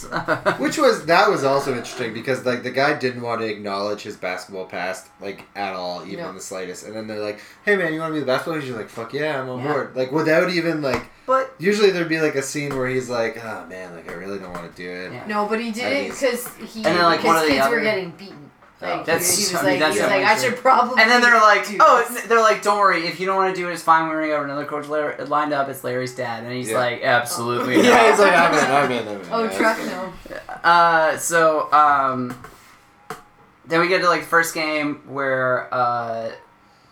B: Which was that was also interesting because like the guy didn't want to acknowledge his basketball past like at all, even
C: No.
B: the slightest. And then they're like, "Hey man, you want to be the basketball?" coach?" He's like, "Fuck yeah, I'm on
G: Yeah.
B: board." Like without even like.
G: But
B: Usually there'd be like a scene where he's like, "Oh man, like I really don't want to do it."
G: Yeah.
C: No, but he did it
B: That
C: because he
A: And then, like,
C: his
A: one of the
C: kids
A: other-
C: were getting beaten.
B: Oh.
C: Like,
A: That's-
C: he was
A: I mean,
C: like,
A: that's
C: he was like, I
A: definitely
C: should probably.
A: And then they're like,
C: do
A: oh,
C: this."
A: it's- they're like, don't worry, if you don't want to do it, it's fine. We're gonna have another coach Lar- lined up. It's Larry's dad, and he's
B: Yeah.
A: like, absolutely. not.
B: yeah, he's like, "I'm in, I'm in, I'm in."
C: oh,
B: Yeah,
C: truck
B: that's
C: no.
A: Uh, so um, then we get to like first game where uh,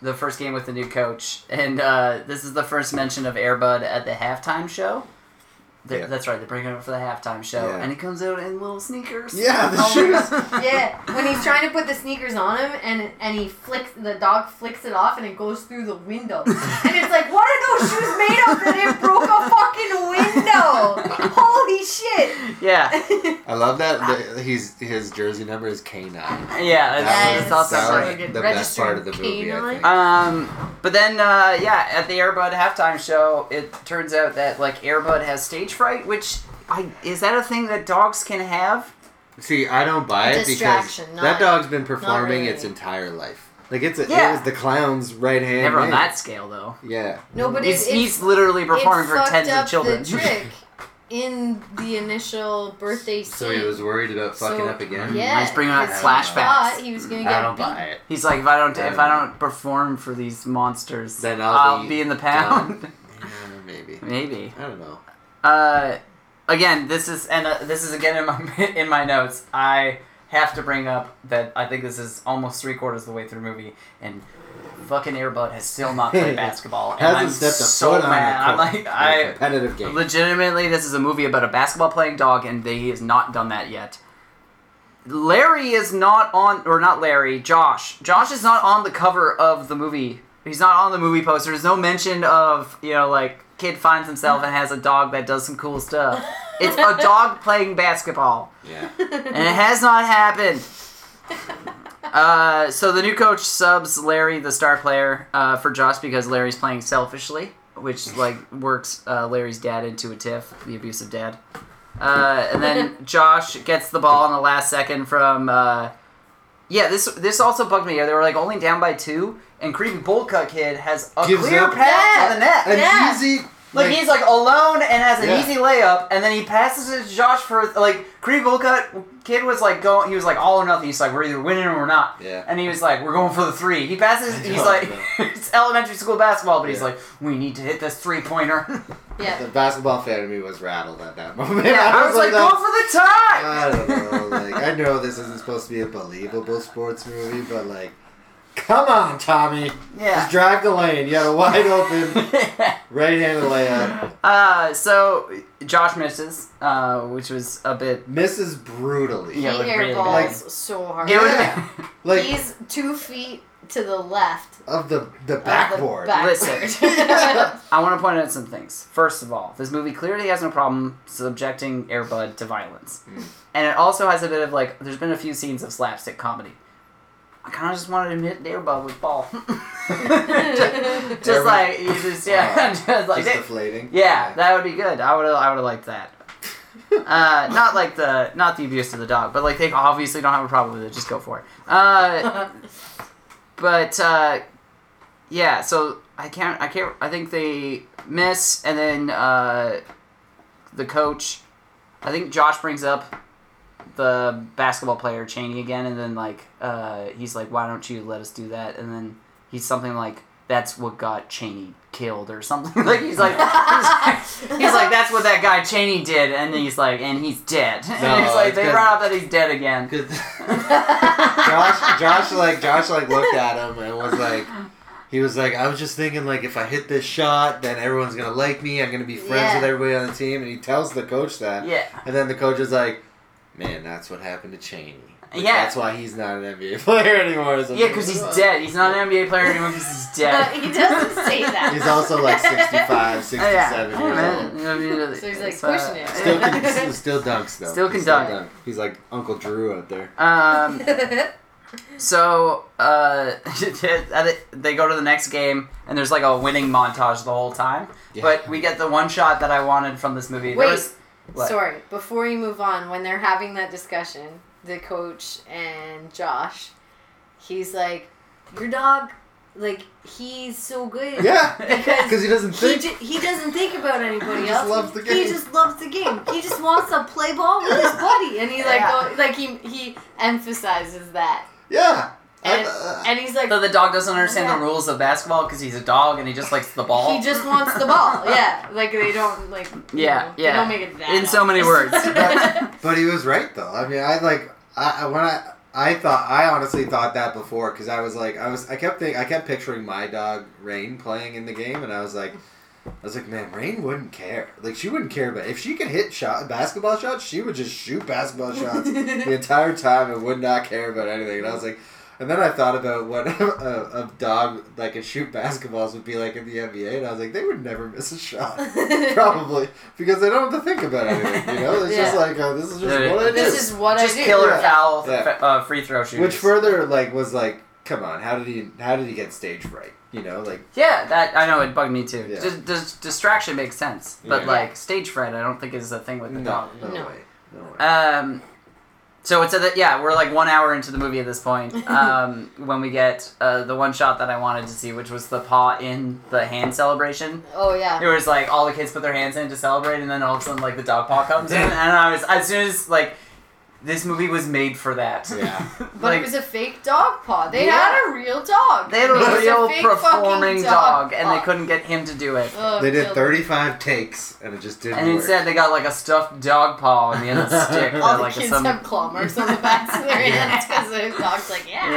A: the first game with the new coach, and uh, this is the first mention of Airbud at the halftime show. They-
B: Yeah.
A: That's right, they bring it up for the halftime show,
B: Yeah.
A: and he comes out in little sneakers. Oh
B: Yeah, the
A: my
B: shoes.
A: God.
C: Yeah, when he's trying to put the sneakers on him, and and he flicks the dog flicks it off, and it goes through the window, and it's like, what are those shoes made of that it broke a fucking window? Holy shit!
A: yeah,
B: I love that the, he's his jersey number is K nine.
A: yeah, that's,
C: That
A: that's
C: was-
A: awesome.
C: that was
A: Like,
B: the
C: Registered
B: best part of the movie. I
C: canine?
B: think.
A: Um, but then, uh, yeah, at the Airbud halftime show, it turns out that like Airbud has stage fright, which I is that a thing that dogs can have?
B: See, I don't buy it because
C: Distraction,
B: that
C: not-
B: dog's been performing
C: really.
B: its entire life. Like it's a,
A: Yeah.
B: it was the clown's right hand.
A: Never on
B: man.
A: that scale, though.
B: Yeah,
C: No, but
A: he's,
C: it's it's,
A: he's literally
C: it
A: performing for
C: fucked
A: tens
C: up
A: of children.
C: The trick in the initial birthday scene.
H: So he was worried about fucking
C: So-
H: up again.
C: Yeah,
A: He's bringing out
C: 'cause he
A: flashbacks.
C: thought He was gonna get
H: I don't
C: beaten.
H: buy it.
A: He's like, if I don't, if I don't perform for these monsters,
B: Then I'll
A: I'll
B: be
A: be in the pound.
B: Yeah, maybe.
A: Maybe.
B: I don't know.
A: Uh, again, this is and uh, this is again in my in my notes. I have to bring up that I think this is almost three quarters of the way through the movie, and fucking Airbud has still not played basketball. And
B: Hasn't
A: I'm
B: stepped a
A: so
B: foot on
A: mad.
B: the
A: I'm
B: court
A: like,
B: in a
A: I
B: competitive game.
A: legitimately, this is a movie about a basketball playing dog, and they, he has not done that yet. Larry is not on, or not Larry, Josh. Josh is not on the cover of the movie. He's not on the movie poster. There's no mention of, you know, like, kid finds himself and has a dog that does some cool stuff. It's a dog playing basketball,
B: Yeah,
A: and it has not happened. Uh, so the new coach subs Larry, the star player, uh, for Josh because Larry's playing selfishly, which like works uh, Larry's dad into a tiff, the abusive dad. Uh, and then Josh gets the ball in the last second from. Uh, yeah, this this also bugged me. They were like only down by two, and Creepy Bolka kid has a
B: Gives
A: clear
B: up.
A: pass
C: Yeah.
A: to the net.
B: an
C: Yeah.
B: easy.
A: Like, he's like alone and has an
B: Yeah.
A: easy layup, and then he passes it to Josh for like Creed Volkut kid was like going he was like all or nothing. He's like, We're either winning or we're not.
B: Yeah.
A: And he was like, We're going for the three. He passes he's
B: Oh,
A: like
B: no.
A: it's elementary school basketball, but he's
B: Yeah.
A: like, We need to hit this three pointer.
C: Yeah.
B: the basketball fan of me was rattled at that moment.
A: yeah, I was like, Go
B: that-
A: for the tie
B: I don't know. Like, I know this isn't supposed to be a believable sports movie, but like, come on, Tommy, just
A: Yeah.
B: drive the lane. You had a wide open right-handed layup.
A: uh so Josh misses, uh, which was a bit
B: Misses brutally.
A: Yeah, it
C: he
A: looked really
C: airballs
B: bad.
C: so hard.
A: it was-
B: Yeah. Like
C: He's two feet to the left. of
B: of the the
C: the
B: backboard.
C: backboard.
A: I want to point out some things. First of all, this movie clearly has no problem subjecting Airbud to violence. And it also has a bit of like, there's been a few scenes of slapstick comedy. I kind of just wanted him to hit Airbud with ball. just,
B: Airbud.
A: like, you just, yeah, just like,
B: Just deflating.
A: yeah, that would be good. I would have, I would have liked that. Uh, not like the, not the abuse of the dog, but like they obviously don't have a problem with it. Just go for it. Uh, but uh, yeah, so I can't. I can't. I think they miss, and then uh, the coach. I think Josh brings up the basketball player Cheney again, and then like uh, he's like, "Why don't you let us do that?" And then he's something like, "That's what got Cheney killed," or something. like he's like, he's like, he's like, "That's what that guy Cheney did," and then he's like, "And he's dead." and he's
B: No,
A: like,
B: it's
A: they
B: good.
A: brought up that he's dead again.
B: Cause Josh, Josh, like Josh, like looked at him and was like, he was like, I was just thinking like if I hit this shot, then everyone's gonna like me. I'm gonna be friends
C: Yeah.
B: with everybody on the team. And he tells the coach that.
A: Yeah.
B: And then the coach is like, man, that's what happened to Cheney. Like,
A: Yeah.
B: That's why he's not an NBA player anymore. So
A: Yeah, because he's dead. He's not an NBA player anymore because he's dead.
C: he doesn't say that.
B: He's also like 65,
A: Oh, yeah.
B: 67
A: Oh,
B: years old.
A: man. I mean, uh,
C: So he's, like,
A: it's, uh,
C: pushing it.
B: Still, can, still dunks though.
A: Still can
B: He's
A: dunk.
B: He's like Uncle Drew out there.
A: Um, So uh, they go to the next game, and there's like a winning montage the whole time.
I: Yeah.
A: But we get the one shot that I wanted from this movie. There
C: Wait.
A: was- what?
C: Sorry, before you move on, when they're having that discussion, the coach and Josh, he's like, "Your dog, like he's so good."
B: Yeah,
C: Because
B: because he doesn't
C: He,
B: think.
C: ju- he doesn't think about anybody
B: He just
C: else.
B: loves the
C: He
B: game.
C: just loves the game. He just wants to play ball with his buddy, and he like
J: Yeah.
C: go, like he he emphasizes that,
B: yeah. I-
C: and,
B: uh,
C: and he's like
A: So the dog doesn't understand
C: Yeah.
A: the rules of basketball because he's a dog and he just likes the ball.
C: he just wants the ball. Yeah, like they don't like you
A: Yeah,
C: know, they
A: yeah.
C: don't make it that
A: In so many words.
C: obvious.
B: but he was right though. I mean, I like I I- when I I thought I honestly thought that before because I was like I was I kept think I kept picturing my dog Rain playing in the game and I was like. I was like, man, Rain wouldn't care. Like, she wouldn't care, but if she could hit shot basketball shots, she would just shoot basketball shots the entire time and would not care about anything. And I was like, and then I thought about what a, a dog that could shoot basketballs would be like in the NBA, and I was like, they would never miss a shot. Probably because they don't have to think about anything. You know, it's just
C: Yeah.
B: like oh, this is just
A: Yeah.
B: what I do.
C: this is what
A: just
C: I do.
A: killer
B: yeah.
A: foul
B: Yeah.
A: f- uh, free throw shooters.
B: Which further like was like, come on, how did he how did he get stage fright? You know, like
A: yeah, that I know it bugged me too.
B: Yeah.
A: Dis- dis- distraction makes sense, but
I: Yeah.
A: like stage fright, I don't think is a thing with the
B: no,
A: dog.
B: no,
C: No.
B: way, no way.
A: Um, so it's at the, yeah, we're like one hour into the movie at this point. Um, when we get uh, the one shot that I wanted to see, which was the paw in the hand celebration.
C: Oh yeah.
A: It was like all the kids put their hands in to celebrate, and then all of a sudden like the dog paw comes in, and I was as soon as like this movie was made for that.
B: Yeah.
C: But
A: like,
C: it was a fake dog paw. They
A: Yeah.
C: had a real dog.
A: they had
C: It was
A: a real
C: fake
A: performing
C: fucking
A: dog, and they
C: paw.
A: couldn't get him to do it.
C: Ugh,
B: They did
C: Jill.
B: 35 takes and it just didn't
A: And
B: work.
A: instead, they got like a stuffed dog paw on the end of the stick. that,
C: All the
A: like,
C: kids
A: some-
C: have claw marks on the backs of their
A: Yeah.
C: hands because their dog's like, yeah.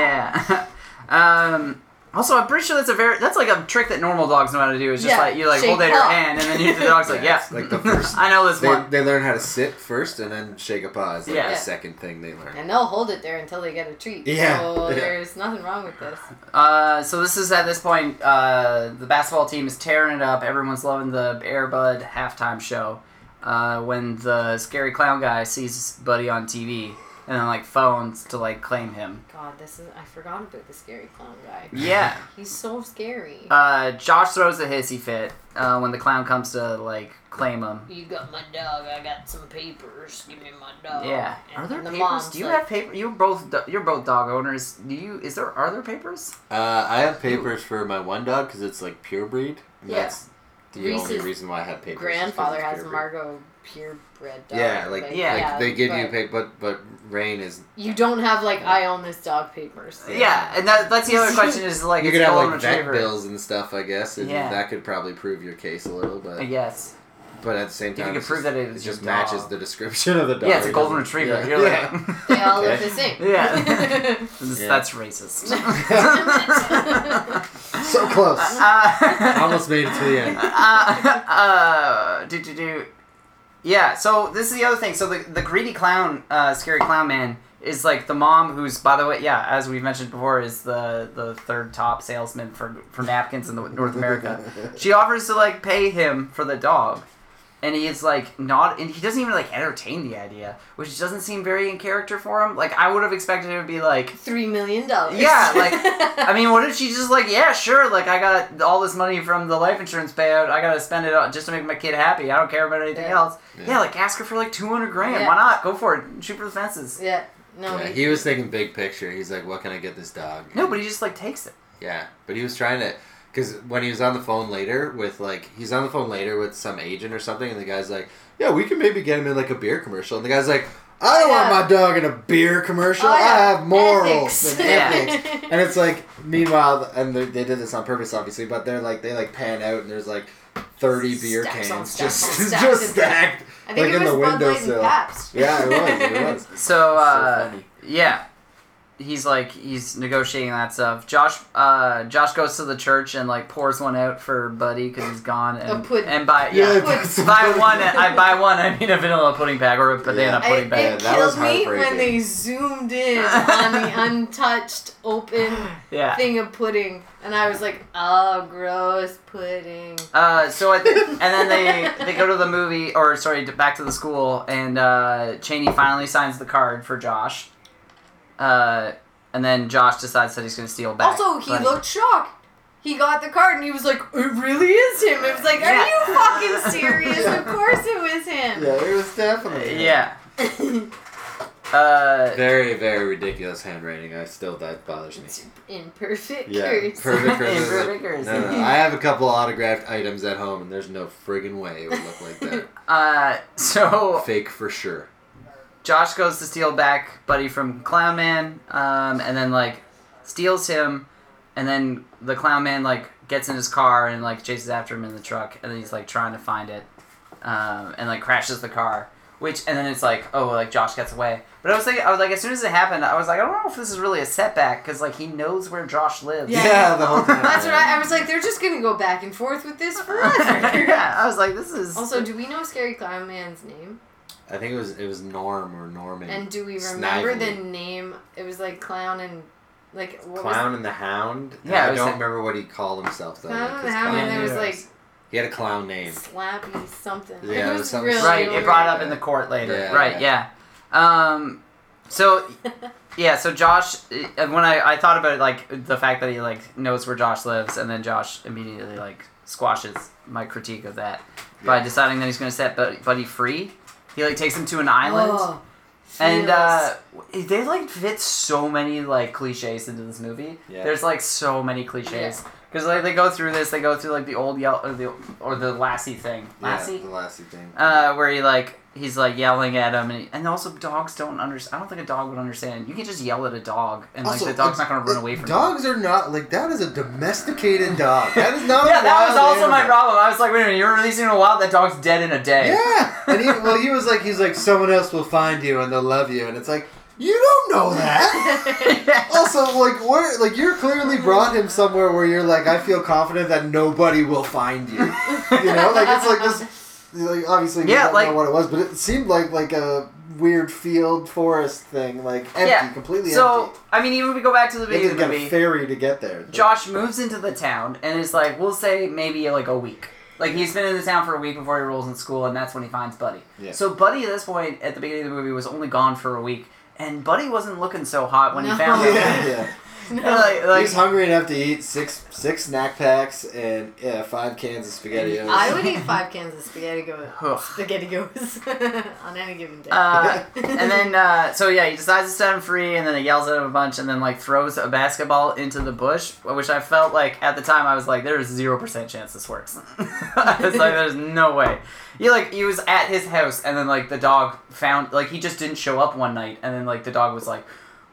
A: Yeah. um, also, I'm pretty sure that's a very that's like a trick that normal dogs know how to do. Is just
C: Yeah,
A: like you like
C: shake
A: hold out your
C: paw.
A: hand, and then you, the dog's like,
B: Yeah,
A: yeah,
B: it's like the first-
A: I know this
B: they,
A: one.
B: they learn how to sit first and then shake a paw is like
A: Yeah.
B: the second thing they learn.
C: And they'll hold it there until they get a treat.
B: Yeah.
C: So
B: Yeah.
C: there's nothing wrong with this.
A: Uh, so this is at this point, uh, the basketball team is tearing it up. Everyone's loving the Airbud halftime show. Uh, when the scary clown guy sees Buddy on TV and then like phones to like claim him.
C: God, this is. I forgot about the scary clown guy.
A: Yeah.
C: He's so scary.
A: Uh, Josh throws a hissy fit uh, when the clown comes to like claim him.
C: you got my dog. I got some papers. Give me my dog.
A: Yeah.
C: And
A: Are there
C: the
A: papers?
C: mom's
A: Do you
C: like,
A: have paper? You're both do- you're both dog owners. Do you? Is there are there papers?
I: Uh, I have papers for my one dog because it's like pure breed. And
C: Yeah.
I: That's the only
C: Reese's
I: reason why I have papers. is 'cause
C: Grandfather
I: it's
C: has
I: pure breed.
C: Margot purebred dog.
B: Yeah, like,
A: Yeah.
B: like they give
C: but
B: you pay, but but rain is
C: You don't have like I own this dog papers.
A: Yeah, and that, that's the other question is like
B: you
A: it's
B: could have
A: golden
B: like vet
A: retriever.
B: bills and stuff, I guess, and
A: Yeah.
B: that could probably prove your case a little, but
A: I guess.
B: but at the same
A: If you
B: time,
A: could
B: it's
A: prove
B: just-
A: that it was
B: just
A: your dog.
B: matches the description of the dog.
A: yeah, it's a
B: It
A: golden
B: doesn't-
A: retriever.
B: yeah.
A: You're
B: Yeah.
A: like,
C: They all look
B: Okay.
C: the same.
A: Yeah.
B: Yeah.
A: that's racist.
B: so close.
A: Uh,
B: Almost made it to the end.
A: uh, uh, do do do. Yeah, so this is the other thing. So the, the greedy clown, uh, scary clown man, is like the mom who's, by the way, yeah, as we've mentioned before, is the, the third top salesman for, for napkins in the, North America. She offers to like pay him for the dog, and he is like not, and he doesn't even like entertain the idea, which doesn't seem very in character for him. Like I would have expected it to be like,
C: Three million dollars.
A: Yeah, like, I mean, what if she's just like, yeah, sure, like I got all this money from the life insurance payout, I gotta spend it on just to make my kid happy. I don't care about anything
C: Yeah.
A: else. Yeah.
B: Yeah.
A: like ask her for like two hundred grand.
C: Yeah.
A: Why not? Go for it. Shoot for the fences.
C: yeah. No.
B: Yeah,
C: he-
B: he was thinking big picture. He's like, "What can I get this dog?"
A: No, but he just like takes it.
B: Yeah, but he was trying to, because when he was on the phone later with like he's on the phone later with some agent or something, and the guy's like, "Yeah, we can maybe get him in like a beer commercial," and the guy's like. I don't
C: Oh, Yeah.
B: want my dog in a beer commercial.
C: Oh, yeah.
B: I have morals
C: Ethics."
B: and
A: Yeah.
B: ethics. and it's like, meanwhile, and they they did this on purpose, obviously, but they're like, they like pan out and there's like 30 beer
C: Stacks on
B: cans
C: stacks
B: just,
C: on stacks
B: just
C: and
B: stacked.
C: I think
B: like
C: it
B: in
C: was
B: the
C: Bud Light and
B: windowsill.
C: Pabst.
B: Yeah, it was. It was.
A: So, uh,
I: funny.
A: yeah, he's like he's negotiating that stuff. Josh, uh, Josh goes to the church and like pours one out for Buddy because he's gone
C: A
A: and
C: pudding.
A: and by yeah.
C: Put-
B: that's-
A: Buy one, I buy one. I mean a vanilla pudding bag or a banana
C: I,
A: pudding
C: it
A: bag.
B: bad. That was
C: killed me when
B: heartbreaking.
C: they zoomed in on the untouched open
A: Yeah.
C: thing of pudding, and I was like, "Oh, gross pudding."
A: Uh, so at and then they they go to the movie or sorry to- back to the school and uh, Cheney finally signs the card for Josh. Uh, and then Josh decides that he's going to steal back.
C: Also, he
A: Bunny.
C: looked shocked. He got the card and he was like, "It really is him." It was like, "Are
A: Yeah.
C: you fucking serious?"
D: Yeah.
C: Of course it was him.
D: Yeah, it was definitely.
A: Yeah. Uh,
B: Very, very ridiculous handwriting. I still that bothers me.
C: It's imperfect.
B: Yeah,
C: curse.
B: perfect curse.
E: Perfect curse.
B: No, no, no. I have a couple autographed items at home, and there's no friggin' way it would look like that.
A: uh, so
B: Fake for sure.
A: Josh goes to steal back Buddy from Clown Man, um, and then like steals him, and then the Clown Man like gets in his car and like chases after him in the truck, and then he's like trying to find it, um, and like crashes the car. Which and then it's like oh like Josh gets away, but I was like I was like as soon as it happened I was like I don't know if this is really a setback because like he knows where Josh lives.
C: Yeah.
D: Yeah, the whole time.
C: That's what I, I was like. They're just gonna go back and forth with this forever.
A: yeah, I was like this is
C: also, do we know Scary Clown Man's name?
B: I think it was it was Norm or Norman.
C: And do we remember
B: Snively.
C: the name? It was like Clown and like what
B: Clown
C: Was
B: and the Hound.
A: Yeah, it
B: I
A: was
B: don't
A: like-
B: remember what he called himself though.
C: Clown and the
B: because
C: Hound, and there was
B: yeah,
C: like
B: he had a clown name.
C: Slappy something. Like,
B: Yeah,
C: it
B: it
C: was
B: was something
C: really
A: right. It
C: weird.
A: brought up in the court later.
B: Yeah.
A: right. Yeah. Um, so yeah. So Josh, eh, when I, I thought about it, like the fact that he like knows where Josh lives, and then Josh immediately like squashes my critique of that by deciding that he's going to set Bud- Buddy free. He like takes him to an island.
C: Oh,
A: And
C: feels.
A: uh, they like fit so many like cliches into this movie.
B: Yeah.
A: There's like so many cliches because like they go through this. They go through like the old yell or the or the Lassie thing. Lassie
B: Yeah, the Lassie thing.
A: uh, where he like he's like yelling at him, and, he, and also dogs don't understand. I don't think a dog would understand. You can just yell at a dog, and like
D: Also,
A: the dog's
D: uh,
A: not gonna run away from
D: Dogs are not like that. Is a domesticated dog. That is not.
A: you.
D: a
A: Yeah, that was
D: wild
A: also my
D: animal.
A: problem. I was like, wait a minute, you're releasing a wild. That dog's dead in a day.
D: Yeah, and he, well, he was like, he's like, someone else will find you and they'll love you, and it's like, you don't know that. Also, like, where, like, you're clearly brought him somewhere where you're like, I feel confident that nobody will find you. You know, like it's like this. Like, obviously, we
A: Yeah,
D: don't
A: like-
D: know what it was, but it seemed like like a weird field forest thing, like empty,
A: Yeah,
D: completely
A: So
D: empty.
A: I mean, even if we go back to the
D: They
A: beginning
D: could
A: of the
D: get a
A: movie,
D: ferry to get there.
A: Josh moves into the town, and it's like we'll say maybe like a week. Like he's been in the town for a week before he rolls in school, and that's when he finds Buddy.
D: Yeah.
A: So Buddy at this point at the beginning of the movie was only gone for a week, and Buddy wasn't looking so hot when
C: No.
A: he found him.
D: yeah, yeah.
A: Like- like-
D: He's hungry enough to eat six six snack packs and yeah, five cans of spaghetti.
C: I would eat five cans of spaghetti go
A: Ugh.
C: spaghetti goes on any given day.
A: Uh, and then, uh, so yeah, he decides to set him free, and then he yells at him a bunch, and then like throws a basketball into the bush, which I felt like at the time I was like, there is zero percent chance this works. I was like, there's no way. He like he was at his house, and then like the dog found like he just didn't show up one night, and then like the dog was like.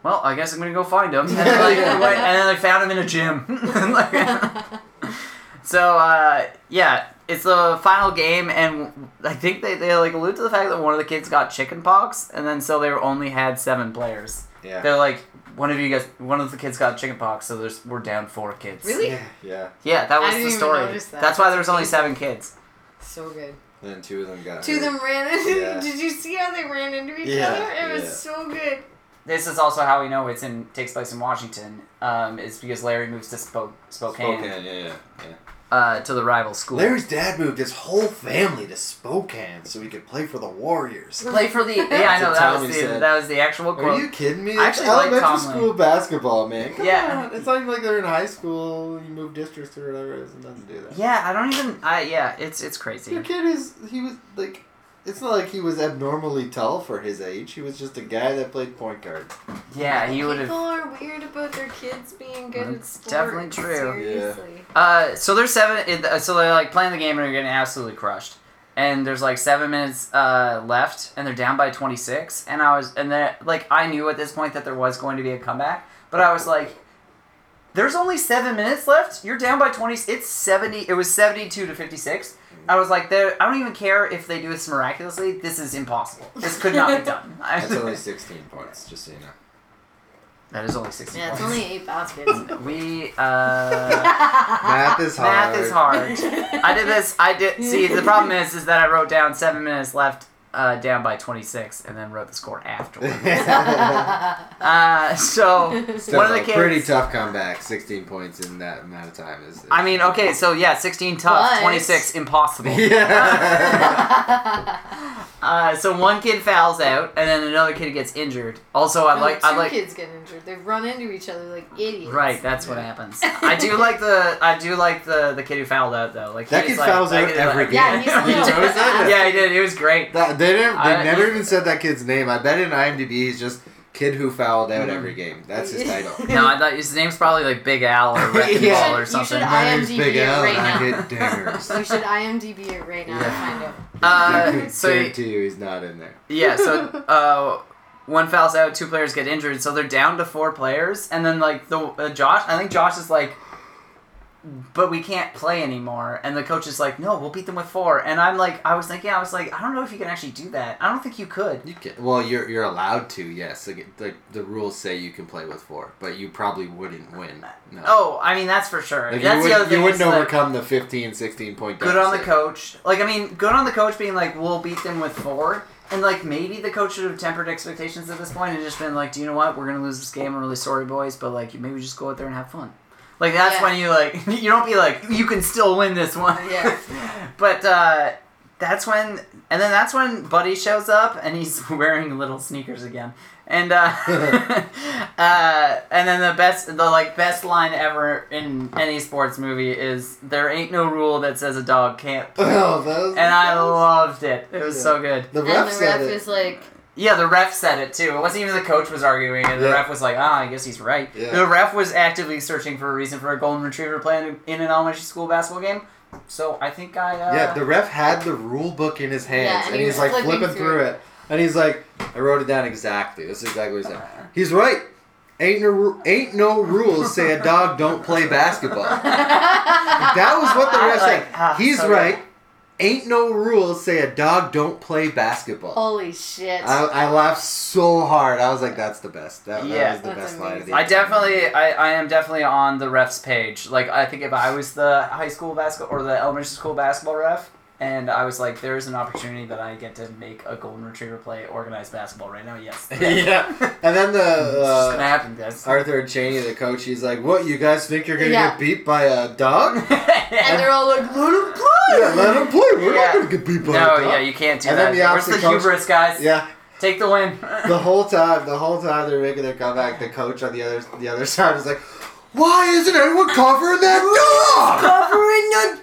A: Well, I guess I'm gonna go find him, and then, like,
D: Yeah.
A: went- and then I found him in a gym. Like- so uh, yeah, it's the final game, and I think they, they like allude to the fact that one of the kids got chicken pox, and then so they were only had seven players.
B: Yeah.
A: They're like one of you guys, one of the kids got chicken pox, so there's we're down four kids.
C: Really?
D: yeah,
B: Yeah.
A: Yeah, that
C: I
A: was
C: didn't
A: the
C: even
A: story.
C: notice that.
A: That's why there was only seven kids.
C: so good.
B: Then two of them
A: Uh,
B: got
C: Two of
B: hurt.
C: them ran into
B: Yeah.
C: did you see how they ran into each
D: Yeah,
C: other? It was
B: yeah.
C: so good.
A: This is also how we know it's in takes place in Washington. Um, is because Larry moves to Spok- Spokane,
B: Spokane, yeah, yeah, yeah.
A: Uh, to the rival school.
D: Larry's dad moved his whole family to Spokane so he could play for the Warriors.
A: play for the yeah I know
D: That's what
A: that was
D: Tommy
A: the,
D: said.
A: that was the actual quote.
D: Are you kidding me?
A: I
D: It's
A: actually like
D: elementary
A: Tomlin.
D: school basketball, man. Come
A: Yeah.
D: on. It's not even like they're in high school. You move districts or whatever. It has nothing to do with that.
A: Yeah, I don't even. I yeah, it's it's crazy.
D: Your kid is he was like. It's not like he was abnormally tall for his age. He was just a guy that played point guard.
A: Yeah, he would
C: People
A: have.
C: are weird about their kids being good at
A: That's
C: sports.
A: definitely true.
B: Yeah.
C: Seriously.
A: Uh, so there's seven. it- uh, So they're like playing the game and they're getting absolutely crushed. And there's like seven minutes uh, left, and they're down by 26. And I was, and then like I knew at this point that there was going to be a comeback, but I was like, "There's only seven minutes left. You're down by 20. It's 70. It was 72 to 56." I was like, "There. I don't even care if they do this miraculously. This is impossible. This could not be done." I-
B: That's only 16 points, just so you know.
A: that is only 60.
C: Yeah, it's
A: points.
C: only eight baskets.
A: we uh.
D: Math is hard.
A: Math is hard. I did this. I did. See, the problem is, is that I wrote down seven minutes left, uh, down by twenty six, and then wrote the score afterward. uh, so
B: Still,
A: one of the
B: a
A: kids.
B: pretty tough comeback. 16 points in that amount of time is. is
A: I mean, okay, so yeah, sixteen tough,
C: But-
A: twenty six impossible.
B: yeah.
A: Uh, so one kid fouls out, and then another kid gets injured. Also, I
C: No,
A: like
C: Oh, two
A: I like
C: kids get injured. They run into each other like idiots.
A: right. That's what happens. I do like the I do like the the kid who fouled out though. Like he
B: That
A: was
B: kid
A: like,
B: fouls
A: that
B: out
A: kid is
B: every
A: like-
B: game.
C: Yeah, he's a
A: he
C: little
A: did.
B: noticed that?
A: yeah, he did. It was great.
B: That, they didn't. They
A: I-
B: never even said that kid's name. I bet in IMDb he's just kid who fouled out
A: Mm-hmm.
B: every game. That's his title.
A: No, I thought his name's probably like Big Al or Wrecking
B: Yeah.
A: Ball
C: You
A: or
C: should- you
A: something.
C: should
B: My name's
C: IMDb
B: Big
C: it
B: Al,
C: right
B: and I
C: now.
B: get dingers.
C: You should IMDb it right now
B: Yeah.
C: to find out.
A: Uh, so
B: to you, he's not in there.
A: yeah, so uh, one fouls out, two players get injured, so they're down to four players, and then like the uh, Josh, I think Josh is like, but we can't play anymore, and the coach is like, no, we'll beat them with four, and I'm like, I was thinking, I was like, I don't know if you can actually do that. I don't think you could.
B: You can.
K: Well, you're you're allowed to, yes. Like, like the rules say you can play with four, but you probably wouldn't win. No.
A: Oh, I mean that's for sure.
K: Like, you
A: that's
K: wouldn't-
A: the other thing.
K: you wouldn't
A: is, like,
K: overcome the 15, 16 point.
A: good on the
K: deficit.
A: coach. Like I mean, good on the coach being like, we'll beat them with four. And like maybe the coach should have tempered expectations at this point and just been like, do you know what? We're gonna lose this game. I'm really sorry, boys, but like maybe just go out there and have fun. Like that's
C: Yeah.
A: when you like you don't be like you can still win this one.
C: Yeah.
A: but uh, that's when and then that's when Buddy shows up and he's wearing little sneakers again. And uh, uh, and then the best the like best line ever in any sports movie is there ain't no rule that says a dog can't play.
B: Oh, that was.
A: And I loved it. It was
B: Yeah.
A: so good.
B: the
C: And
B: ref
C: the
B: said
C: ref
B: it.
C: is like,
A: Yeah, the ref said it too. It wasn't even the coach was arguing, and the
B: Yeah.
A: ref was like, "Ah, I guess he's right."
B: Yeah.
A: The ref was actively searching for a reason for a golden retriever playing in an elementary school basketball game. So I think I uh,
B: yeah, the ref had the rule book in his hands,
C: Yeah,
B: and,
C: and he
B: he's
C: was
B: like
C: flipping
B: flipping,
C: through
B: through it, and he's like, "I wrote it down exactly. This is exactly what he said. He's right. Ain't no ru- ain't no rules say a dog don't play basketball. That was what the
A: I
B: ref
A: like-
B: said.
A: ah,
B: He's
A: so
B: right. Ain't no rules say a dog don't play basketball.
C: holy shit.
B: I, I laughed so hard. I was like, "That's the best. That, that
A: Yeah.
B: was the
C: That's
B: best line." Of the
C: amazing.
A: I definitely, I, I am definitely on the ref's page. Like, I think if I was the high school basketball or the elementary school basketball ref, and I was like, there's an opportunity that I get to make a golden retriever play organized basketball right now, yes.
B: yeah, and then the
A: It's just gonna
B: uh,
A: happen, guys.
B: Arthur Cheney, the coach, he's like, "What? You guys think you're gonna
C: Yeah.
B: get beat by a dog?
C: and they're all like, let him play.
B: yeah, let him play. We're
A: Yeah.
B: not gonna get beat by a
A: no,
B: dog."
A: yeah, you can't do
B: uh, And
A: that.
B: then the
A: Where's the
B: opposite coach-
A: hubris, guys?
B: Yeah,
A: Take the win.
B: the whole time, the whole time they're making their comeback, the coach on the other the other side is like, "Why isn't anyone covering that
C: Covering the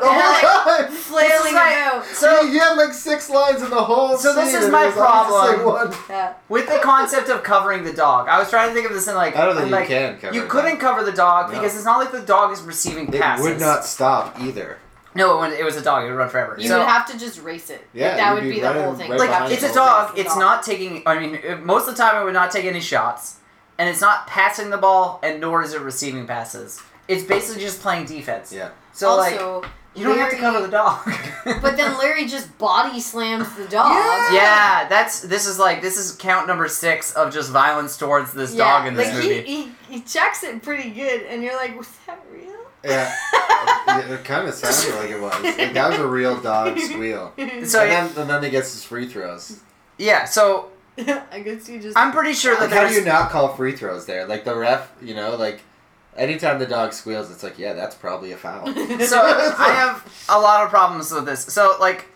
B: dog?" The
C: And they're, like,
B: whole time.
C: flailing
A: This is like-
C: about.
A: so
B: he, he had like six lines in the whole.
A: So this
B: scene,
A: is
B: and
A: my
B: it was all just,
A: problem.
B: like, one-
C: Yeah.
A: With the concept of covering the dog, I was trying to think of this in like
B: I don't think
A: in,
B: you
A: like,
B: can cover
A: You
B: it.
A: couldn't cover the dog
B: No.
A: because it's not like the dog is receiving
B: It
A: passes.
B: would not stop either.
A: No, it, went, it was a dog. It would run forever.
C: You
A: so
C: would have to just race it.
B: Yeah,
C: Like, that
B: you'd
C: would
B: be
C: be, the
B: right
C: whole
B: in-
C: thing.
B: right
A: like
B: behind
A: it's
B: you.
A: a dog. It's not taking. I mean, it- most of the time it would not take any shots, and it's not passing the ball, and nor is it receiving passes. It's basically just playing defense.
B: Yeah.
A: So like,
C: also,
A: you don't have to
C: very-
A: cover the dog.
C: but then Larry just body slams the dog.
A: yeah, that's this is like this is count number six of just violence towards this dog in this
C: like
A: movie.
C: He, he, he checks it pretty good, and you're like, was that real?
B: Yeah, it, it kind of sounded like it was. Like, that was a real dog squeal.
A: so
B: and, then, and then he gets his free throws.
A: yeah, so
C: I guess you just.
A: I'm pretty sure that
B: Like, how
A: there's
B: do you not call free throws there? Like the ref, you know, like anytime the dog squeals, it's like, yeah, that's probably a foul.
A: so I have a lot of problems with this. So like,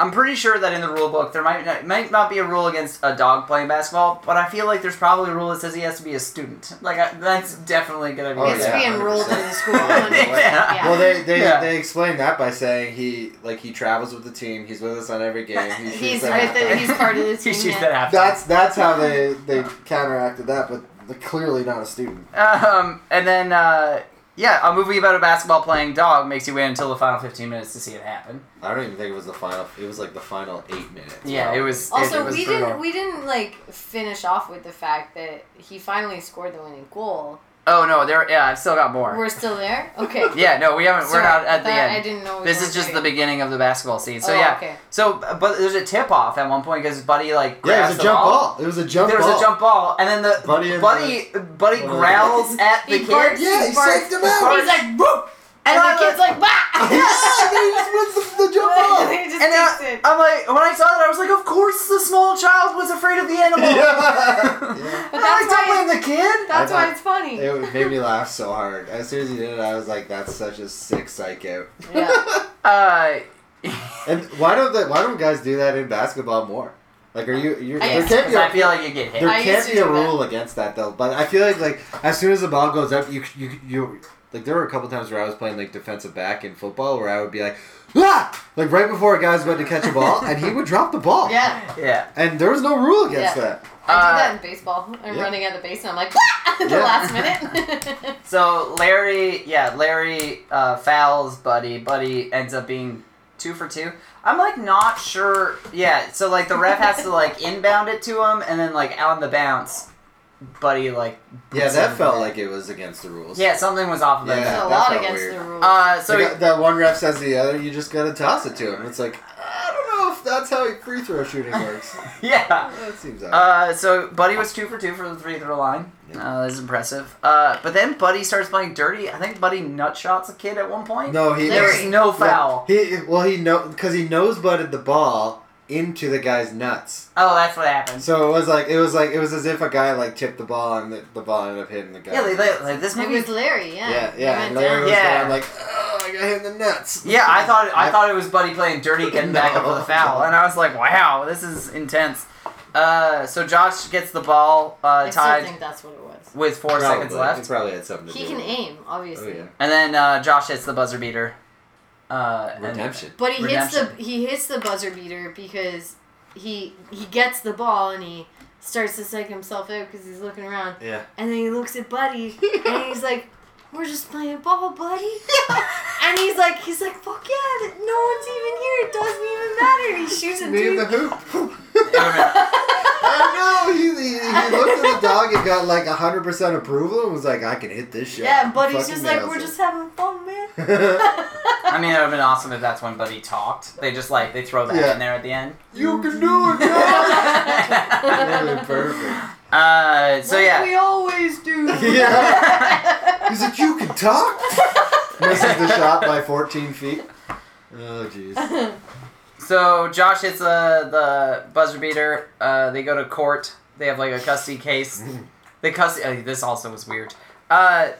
A: I'm pretty sure that in the rule book there might not, might not be a rule against a dog playing basketball, but I feel like there's probably a rule that says he has to be a student. Like I, that's definitely gonna be.
B: Oh,
C: He has
B: yeah,
C: to be enrolled in
B: 100%.
C: the school. 100%.
A: Yeah.
C: Yeah.
B: Well, they they,
A: Yeah.
B: they explain that by saying he like he travels with the team. He's with us on every game. He's,
C: He's
B: at
C: with it.
B: halftime.
C: He's part of the
A: He
C: team.
A: shoots
C: yeah.
A: that halftime.
B: That's that's how they they counteracted that, but they're clearly not a student.
A: Um, and then, uh, yeah, a movie about a basketball playing dog makes you wait until the final 15 minutes to see it happen.
B: I don't even think it was the final. It was like the final eight minutes.
A: Yeah, it was. it-
C: Also,
A: it was
C: we
A: brutal.
C: didn't we didn't like finish off with the fact that he finally scored the winning goal.
A: Oh no, there. Yeah, I've still got more.
C: We're still there. Okay.
A: yeah, no, we haven't.
C: Sorry,
A: we're not at the
C: that-
A: end.
C: I didn't know. we
A: This
C: were
A: is just
C: there
A: the beginning of the basketball scene. So
C: Oh,
A: yeah.
C: okay.
A: So, uh, but there's a tip off at one point because Buddy like
B: Yeah, it
A: grabs
B: was a
A: the
B: jump ball. It was a jump
A: There was
B: ball.
A: a jump ball, and then the
B: Buddy
A: Buddy
B: and
A: Buddy,
B: Buddy.
A: growls at the
C: He barks.
A: kid.
B: Yeah, he
C: Barks.
B: saved him out.
A: Barks.
C: He's like, boop, and,
A: And I
C: the kid's like,
B: yeah,
C: bah.
B: he just wins the, the jump ball.
C: he just
A: And uh,
C: takes
A: I,
C: it.
A: I'm like, when I saw that, I was like, of course the small child was afraid of the animal.
B: Yeah. Yeah.
C: But
A: And I'm like,
C: that's
A: don't
C: why.
A: blame the kid.
C: That's
B: I thought-
C: why it's funny.
B: It made me laugh so hard. As soon as he did it, I was like, "That's such a sick psycho."
C: Yeah.
A: Uh,
B: And why don't the, why don't guys do that in basketball more? Like, are you you
C: I
B: there
C: used
B: can't be
A: I
B: a,
A: feel like you get hit.
B: there
C: I used
B: can't
C: to
B: be a
C: do that.
B: rule against that though. But I feel like like as soon as the ball goes up, you you you like there were a couple times where I was playing like defensive back in football where I would be like, ah! like right before a guy's about to catch a ball and he would drop the ball.
C: Yeah,
A: yeah.
B: And there was no rule against
C: Yeah.
B: that.
C: I
A: Uh,
C: do that in baseball. I'm
B: yeah.
C: running out of base and I'm like, "Ah!" at the
B: Yeah.
C: last minute.
A: So Larry, yeah, Larry uh, fouls Buddy. Buddy ends up being two for two. I'm like not sure. Yeah, so like the ref has to like inbound it to him, and then like on the bounce, Buddy like
B: Yeah,
A: boots
B: that
A: him.
B: felt like it was against the rules.
A: yeah something was off of
B: Yeah,
A: that.
C: There's a
B: that
C: lot
B: felt
C: against
B: weird.
C: the rules.
A: Uh,
B: So
A: so
B: like, that one ref says to the other, you just gotta toss it to him. It's like I don't know if that's how free throw shooting works.
A: yeah.
B: that seems odd.
A: Uh, so Buddy was two for two for the free throw line. Uh, that's impressive. Uh, but then Buddy starts playing dirty. I think Buddy nutshots a kid at one point.
B: no, he
A: there
C: Larry.
A: was no foul.
B: He well, he know because he nose butted the ball into the guy's nuts.
A: Oh, that's what happened.
B: So it was like it was like it was as if a guy like tipped the ball and the, the ball ended up hitting the guy.
A: Yeah, like, like, like, this
C: it
A: movie.
C: was Larry, yeah.
B: yeah,
C: He
B: yeah.
C: went
B: And Larry
C: down.
B: was
A: Yeah.
B: going like, oh, I got hit in the nuts.
A: Yeah, I thought I thought it was Buddy playing dirty, getting back up for the
B: No.
A: foul, and I was like, "Wow, this is intense." Uh, so Josh gets the ball uh,
C: I still
A: tied
C: think that's what it was.
A: with four
B: Probably.
A: seconds
B: He
A: left,
B: probably had something to
C: He
B: do.
C: can
B: with it.
C: aim,
B: Oh
C: obviously.
B: yeah,
A: and then uh, Josh hits the buzzer beater. Uh, and-
B: redemption.
C: But he hits
A: Redemption.
C: the he hits the buzzer beater because he he gets the ball and he starts to psych himself out because he's looking around
B: Yeah.
C: and then he looks at Buddy and he's like, "We're just playing ball, Buddy." and he's like, he's like, "Fuck yeah! that- No one's even here. It doesn't even matter." And he shoots it.
B: Me in the
C: through-
B: hoop.
C: yeah,
B: I know. He, he, he looked at the dog and got like hundred percent approval and was like, I can hit this shit.
C: and Buddy's
B: Fucking
C: just like,
B: nails
C: "We're
B: it."
C: just having fun, man."
A: I mean, it would have been awesome if that's when Buddy talked. They just like they throw that
B: Yeah.
A: in there at the end.
B: you can do it. Dog. That would've been perfect.
A: uh, so
C: Like
A: yeah,
C: we always do.
B: Yeah. He's like, you can talk. Misses the shot by 14 feet. Oh, jeez.
A: So Josh hits uh, the buzzer beater. Uh, they go to court. They have like a custody case. They custody. Uh, this also was weird. Uh,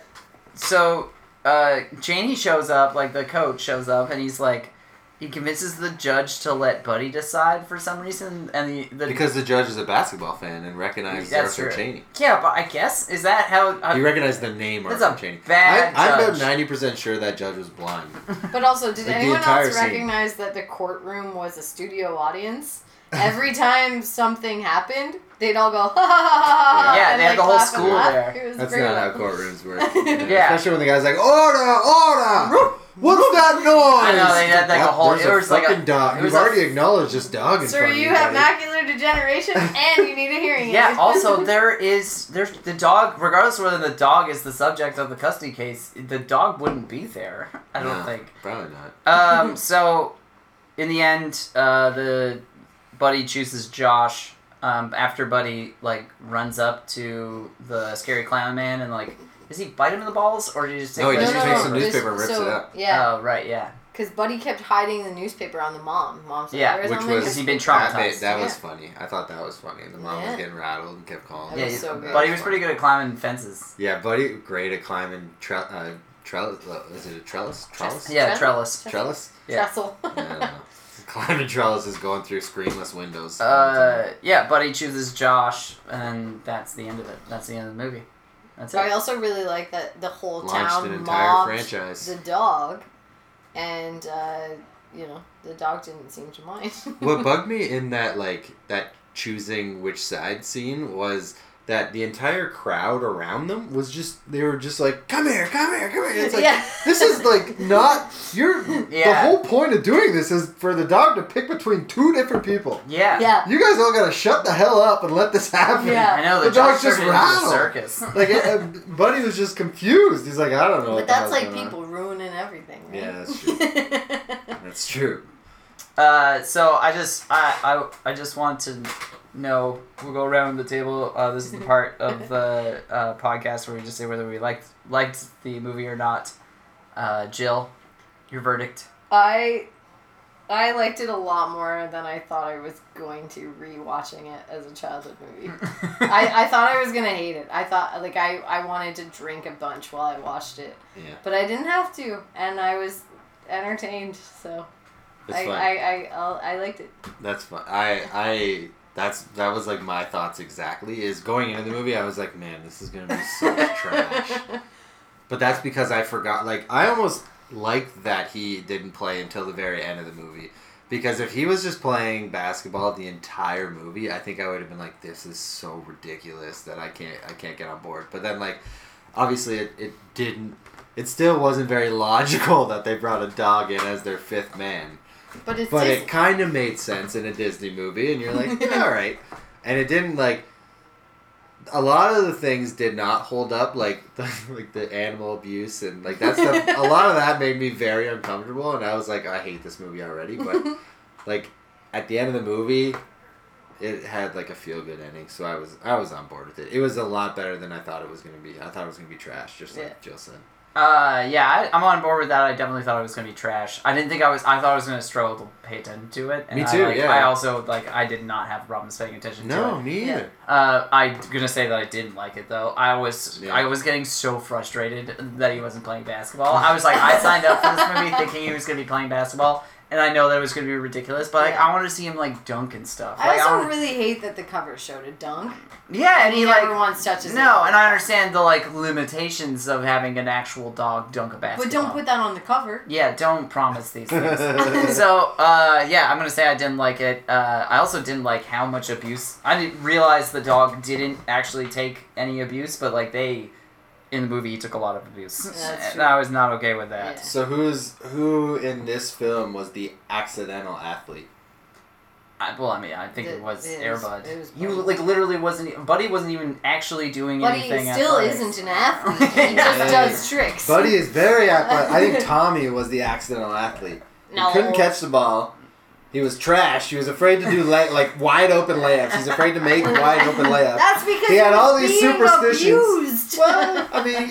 A: so uh, Janie shows up, like the coach shows up, and he's like, he convinces the judge to let Buddy decide for some reason, and the, the
L: Because the judge is a basketball fan and recognizes
A: That's
L: Arthur
A: true.
L: Cheney.
A: yeah, but I guess is that how? Uh,
L: He recognized the name
A: that's
L: Arthur
A: a
L: Cheney.
A: bad
B: I, I'm
A: judge.
B: about 90% sure that judge was blind.
C: But also, did
B: Like, the
C: anyone
B: entire
C: else
B: scene.
C: recognize that the courtroom was a studio audience? Every time something happened, they'd all go, ha ha ha ha ha.
A: Yeah,
C: and,
A: they had
C: like,
A: the whole
C: clap and
A: school
C: laugh.
A: there.
C: It was
B: That's
C: great.
B: not how courtrooms work.
A: Yeah.
B: Especially when the guy's like, order, order. What's that noise?
A: I know, they had, like, a
B: That-
A: whole-
B: there's
A: it was like a-
B: fucking dog.
A: it was
B: You've
A: a-
B: already acknowledged this dog in
C: Sir,
B: front of
C: you
B: you
C: have
B: buddy.
C: macular degeneration and you need a hearing
A: Yeah.
C: aid.
A: Also, there is there's the dog. Regardless of whether the dog is the subject of the custody case, the dog wouldn't be there. I don't
L: No,
A: think.
L: Probably not.
A: Um. So, in the end, uh, the buddy chooses Josh. Um, after Buddy like runs up to the scary clown man and like, does he bite him in the balls or did he just take?
L: No, he
A: the
L: just
A: newspaper?
L: takes the
C: this-
L: newspaper and rips
C: so,
L: it up.
C: Yeah,
A: Oh right, yeah.
C: because Buddy kept hiding the newspaper on the mom. Mom's like,
A: Yeah,
C: "There's
L: which
C: something
L: was-
A: Has
C: just-
A: he been
L: That,
A: traumatized?
L: bit- that was
C: Yeah.
L: funny. I thought that was funny. The mom
C: Yeah.
L: was getting rattled and kept calling.
A: yeah,
C: That was
A: you-
C: so good.
A: Buddy was pretty good at climbing fences.
L: Yeah, buddy, great at climbing tre- uh, trellis. Uh, is it a trellis? Trellis?
A: Yeah,
C: Trellis?
A: trellis.
L: Trellis?
A: Yeah.
C: Trestle.
L: Yeah, I don't know. Climbing trellis is going through screenless windows.
A: Uh, yeah, Buddy chooses Josh, and that's the end of it. That's the end of the movie. That's
C: So I
A: it.
C: also really like that the whole
L: Launched
C: town
L: an entire
C: mobbed
L: franchise.
C: the dog, and uh, you know the dog didn't seem to mind.
L: what bugged me in that like that choosing which side scene was that the entire crowd around them
B: was just they were just like come here come here come here it's like
C: Yeah.
B: this is like not you're the
A: Yeah.
B: whole point of doing this is for the dog to pick between two different people
A: Yeah.
C: yeah.
B: you guys all gotta shut the hell up and let this happen
C: Yeah.
A: I know the,
B: The dog
A: dog just
B: just
A: turned into a
B: rattled.
A: circus.
B: like it, uh, buddy was just confused he's like i don't know what the
C: But that's
B: hell's
C: like
B: going on."
C: people ruining everything. Right?
B: Yeah, that's true. that's true
A: Uh, so I just I, I I just want to know. We'll go around the table. Uh, this is the part of the uh, podcast where we just say whether we liked liked the movie or not. Uh, Jill, your verdict.
C: I I liked it a lot more than I thought I was going to rewatching it as a childhood movie. I, I thought I was gonna hate it. I thought like I, I wanted to drink a bunch while I watched it.
L: Yeah.
C: But I didn't have to and I was entertained, so
B: It's
C: I,
B: fun.
C: I, I, I'll, I liked it.
B: That's fun. I I that's that was like my thoughts exactly. Is going into the movie, I was like, man, this is gonna be such trash. But that's because I forgot. Like I almost liked that he didn't play until the very end of the movie. Because if he was just playing basketball the entire movie, I think I would have been like, "This is so ridiculous that I can't, I can't get on board." But then, like, obviously, it, it didn't. It still wasn't very logical that they brought a dog in as their fifth man.
C: But it's
B: But
C: just.
B: it kind of made sense in a Disney movie, and you're like, yeah, all right. And it didn't like. A lot of the things did not hold up, like the, like the animal abuse and like that stuff. a lot of that made me very uncomfortable, and I was like, I hate this movie already. But like at the end of the movie, it had like a feel good ending, so I was I was on board with it. It was a lot better than I thought it was gonna be. I thought it was gonna be trash, just like
C: Yeah.
B: Jill said.
A: Uh, yeah, I, I'm on board with that. I definitely thought it was gonna be trash. I didn't think I was. I thought I was gonna struggle to pay attention to it. And
B: Me
A: I,
B: too,
A: like-
B: yeah.
A: I also like. I did not have problems paying attention. to
B: No,
A: it.
B: me
C: Yeah.
B: either.
A: Uh, I'm gonna say that I didn't like it though. I was
B: Yeah.
A: I was getting so frustrated that he wasn't playing basketball. I was like, I signed up for this movie thinking he was gonna be playing basketball, and I know that it was gonna be ridiculous, but like
C: Yeah.
A: I wanted to see him like dunk and stuff.
C: I
A: Like,
C: also
A: wanna-
C: really hate that the cover showed a dunk.
A: yeah, and he like
C: never once touches it.
A: no, and I understand the like limitations of having an actual dog dunk a basketball.
C: But don't put that on the cover.
A: Yeah, don't promise these things. so, uh, yeah, I'm gonna say I didn't like it. Uh, I also didn't like how much abuse. I didn't realize the dog didn't actually take any abuse, but like they, in the movie, he took a lot of abuse,
C: That's
A: and
C: true.
A: I was not okay with that.
E: So who's who in this film was the accidental athlete?
A: I, well, I mean, I think it,
C: It-
A: was
C: it was-
A: Airbud.
C: it was
A: He
C: Buddy.
A: like literally wasn't. e- Buddy wasn't even actually doing
C: But he
A: anything.
C: still
A: athletic.
C: isn't an athlete. He
E: Hey.
C: just does tricks.
E: Buddy is very athletic. I think Tommy was the accidental athlete.
C: no.
E: He couldn't catch the ball. He was trash. He was afraid to do lay- like wide open layups. He's afraid to make wide open layups.
C: That's because
E: He
C: he,
E: had
C: was
E: all these
C: being
E: superstitions.
C: abused.
E: Well, I mean, uh,
A: Yeah,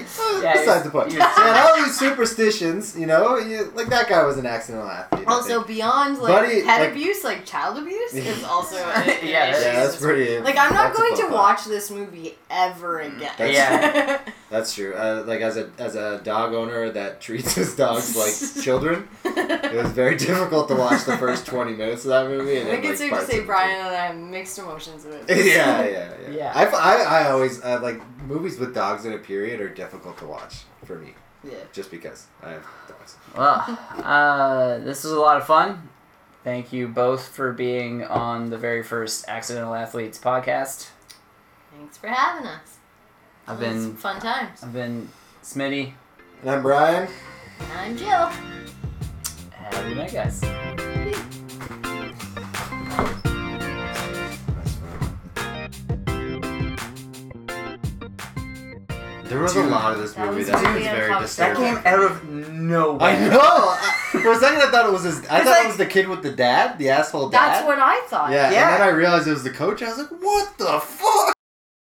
E: besides
A: he's-
E: the point. He
A: he's-
E: had all these superstitions, you know. You, like that guy was an accidental athlete. I
C: also
E: think.
C: beyond like
E: Buddy,
C: pet
E: like-
C: abuse, like child abuse is also
A: Yeah,
C: an issue.
A: that's-
E: yeah, that's pretty.
C: Like I'm not
E: that's a
C: going to
E: fun fact.
C: watch this movie ever again.
E: That's-
A: Mm, Yeah.
E: That's true. Uh, like as a as a dog owner that treats his dogs like children, it was very difficult to watch the first twenty minutes of that movie. And
C: I think
E: then,
C: it's safe
E: like,
C: to
E: parts
C: say
E: of it.
C: Brian and I have mixed emotions with
E: yeah,
C: it.
E: yeah, yeah.
A: Yeah.
E: I, I, I always uh, like movies with dogs in a period are difficult to watch for me,
C: yeah.
E: just because I have dogs.
A: Well, uh, this was a lot of fun. Thank you both for being on the very first Accidental Athletes podcast.
C: Thanks for having us.
A: I've
C: It's
A: been
C: fun times.
A: I've been Smitty.
E: And I'm Brian.
C: I'm Jill.
A: Have a good night, guys.
B: There was a
A: Dude,
B: lot of this
C: that
B: movie
C: was
B: that was,
C: really
B: very
C: uncomfortable.
B: disturbing.
C: That came
A: out of nowhere.
B: I know. I- For a second, I thought it was his. I
A: It's
B: thought
A: like-
B: it was the kid with the dad, the asshole dad.
C: That's what I thought.
B: Yeah,
A: Yeah.
B: And then I realized it was the coach. I was like, "What the fuck?"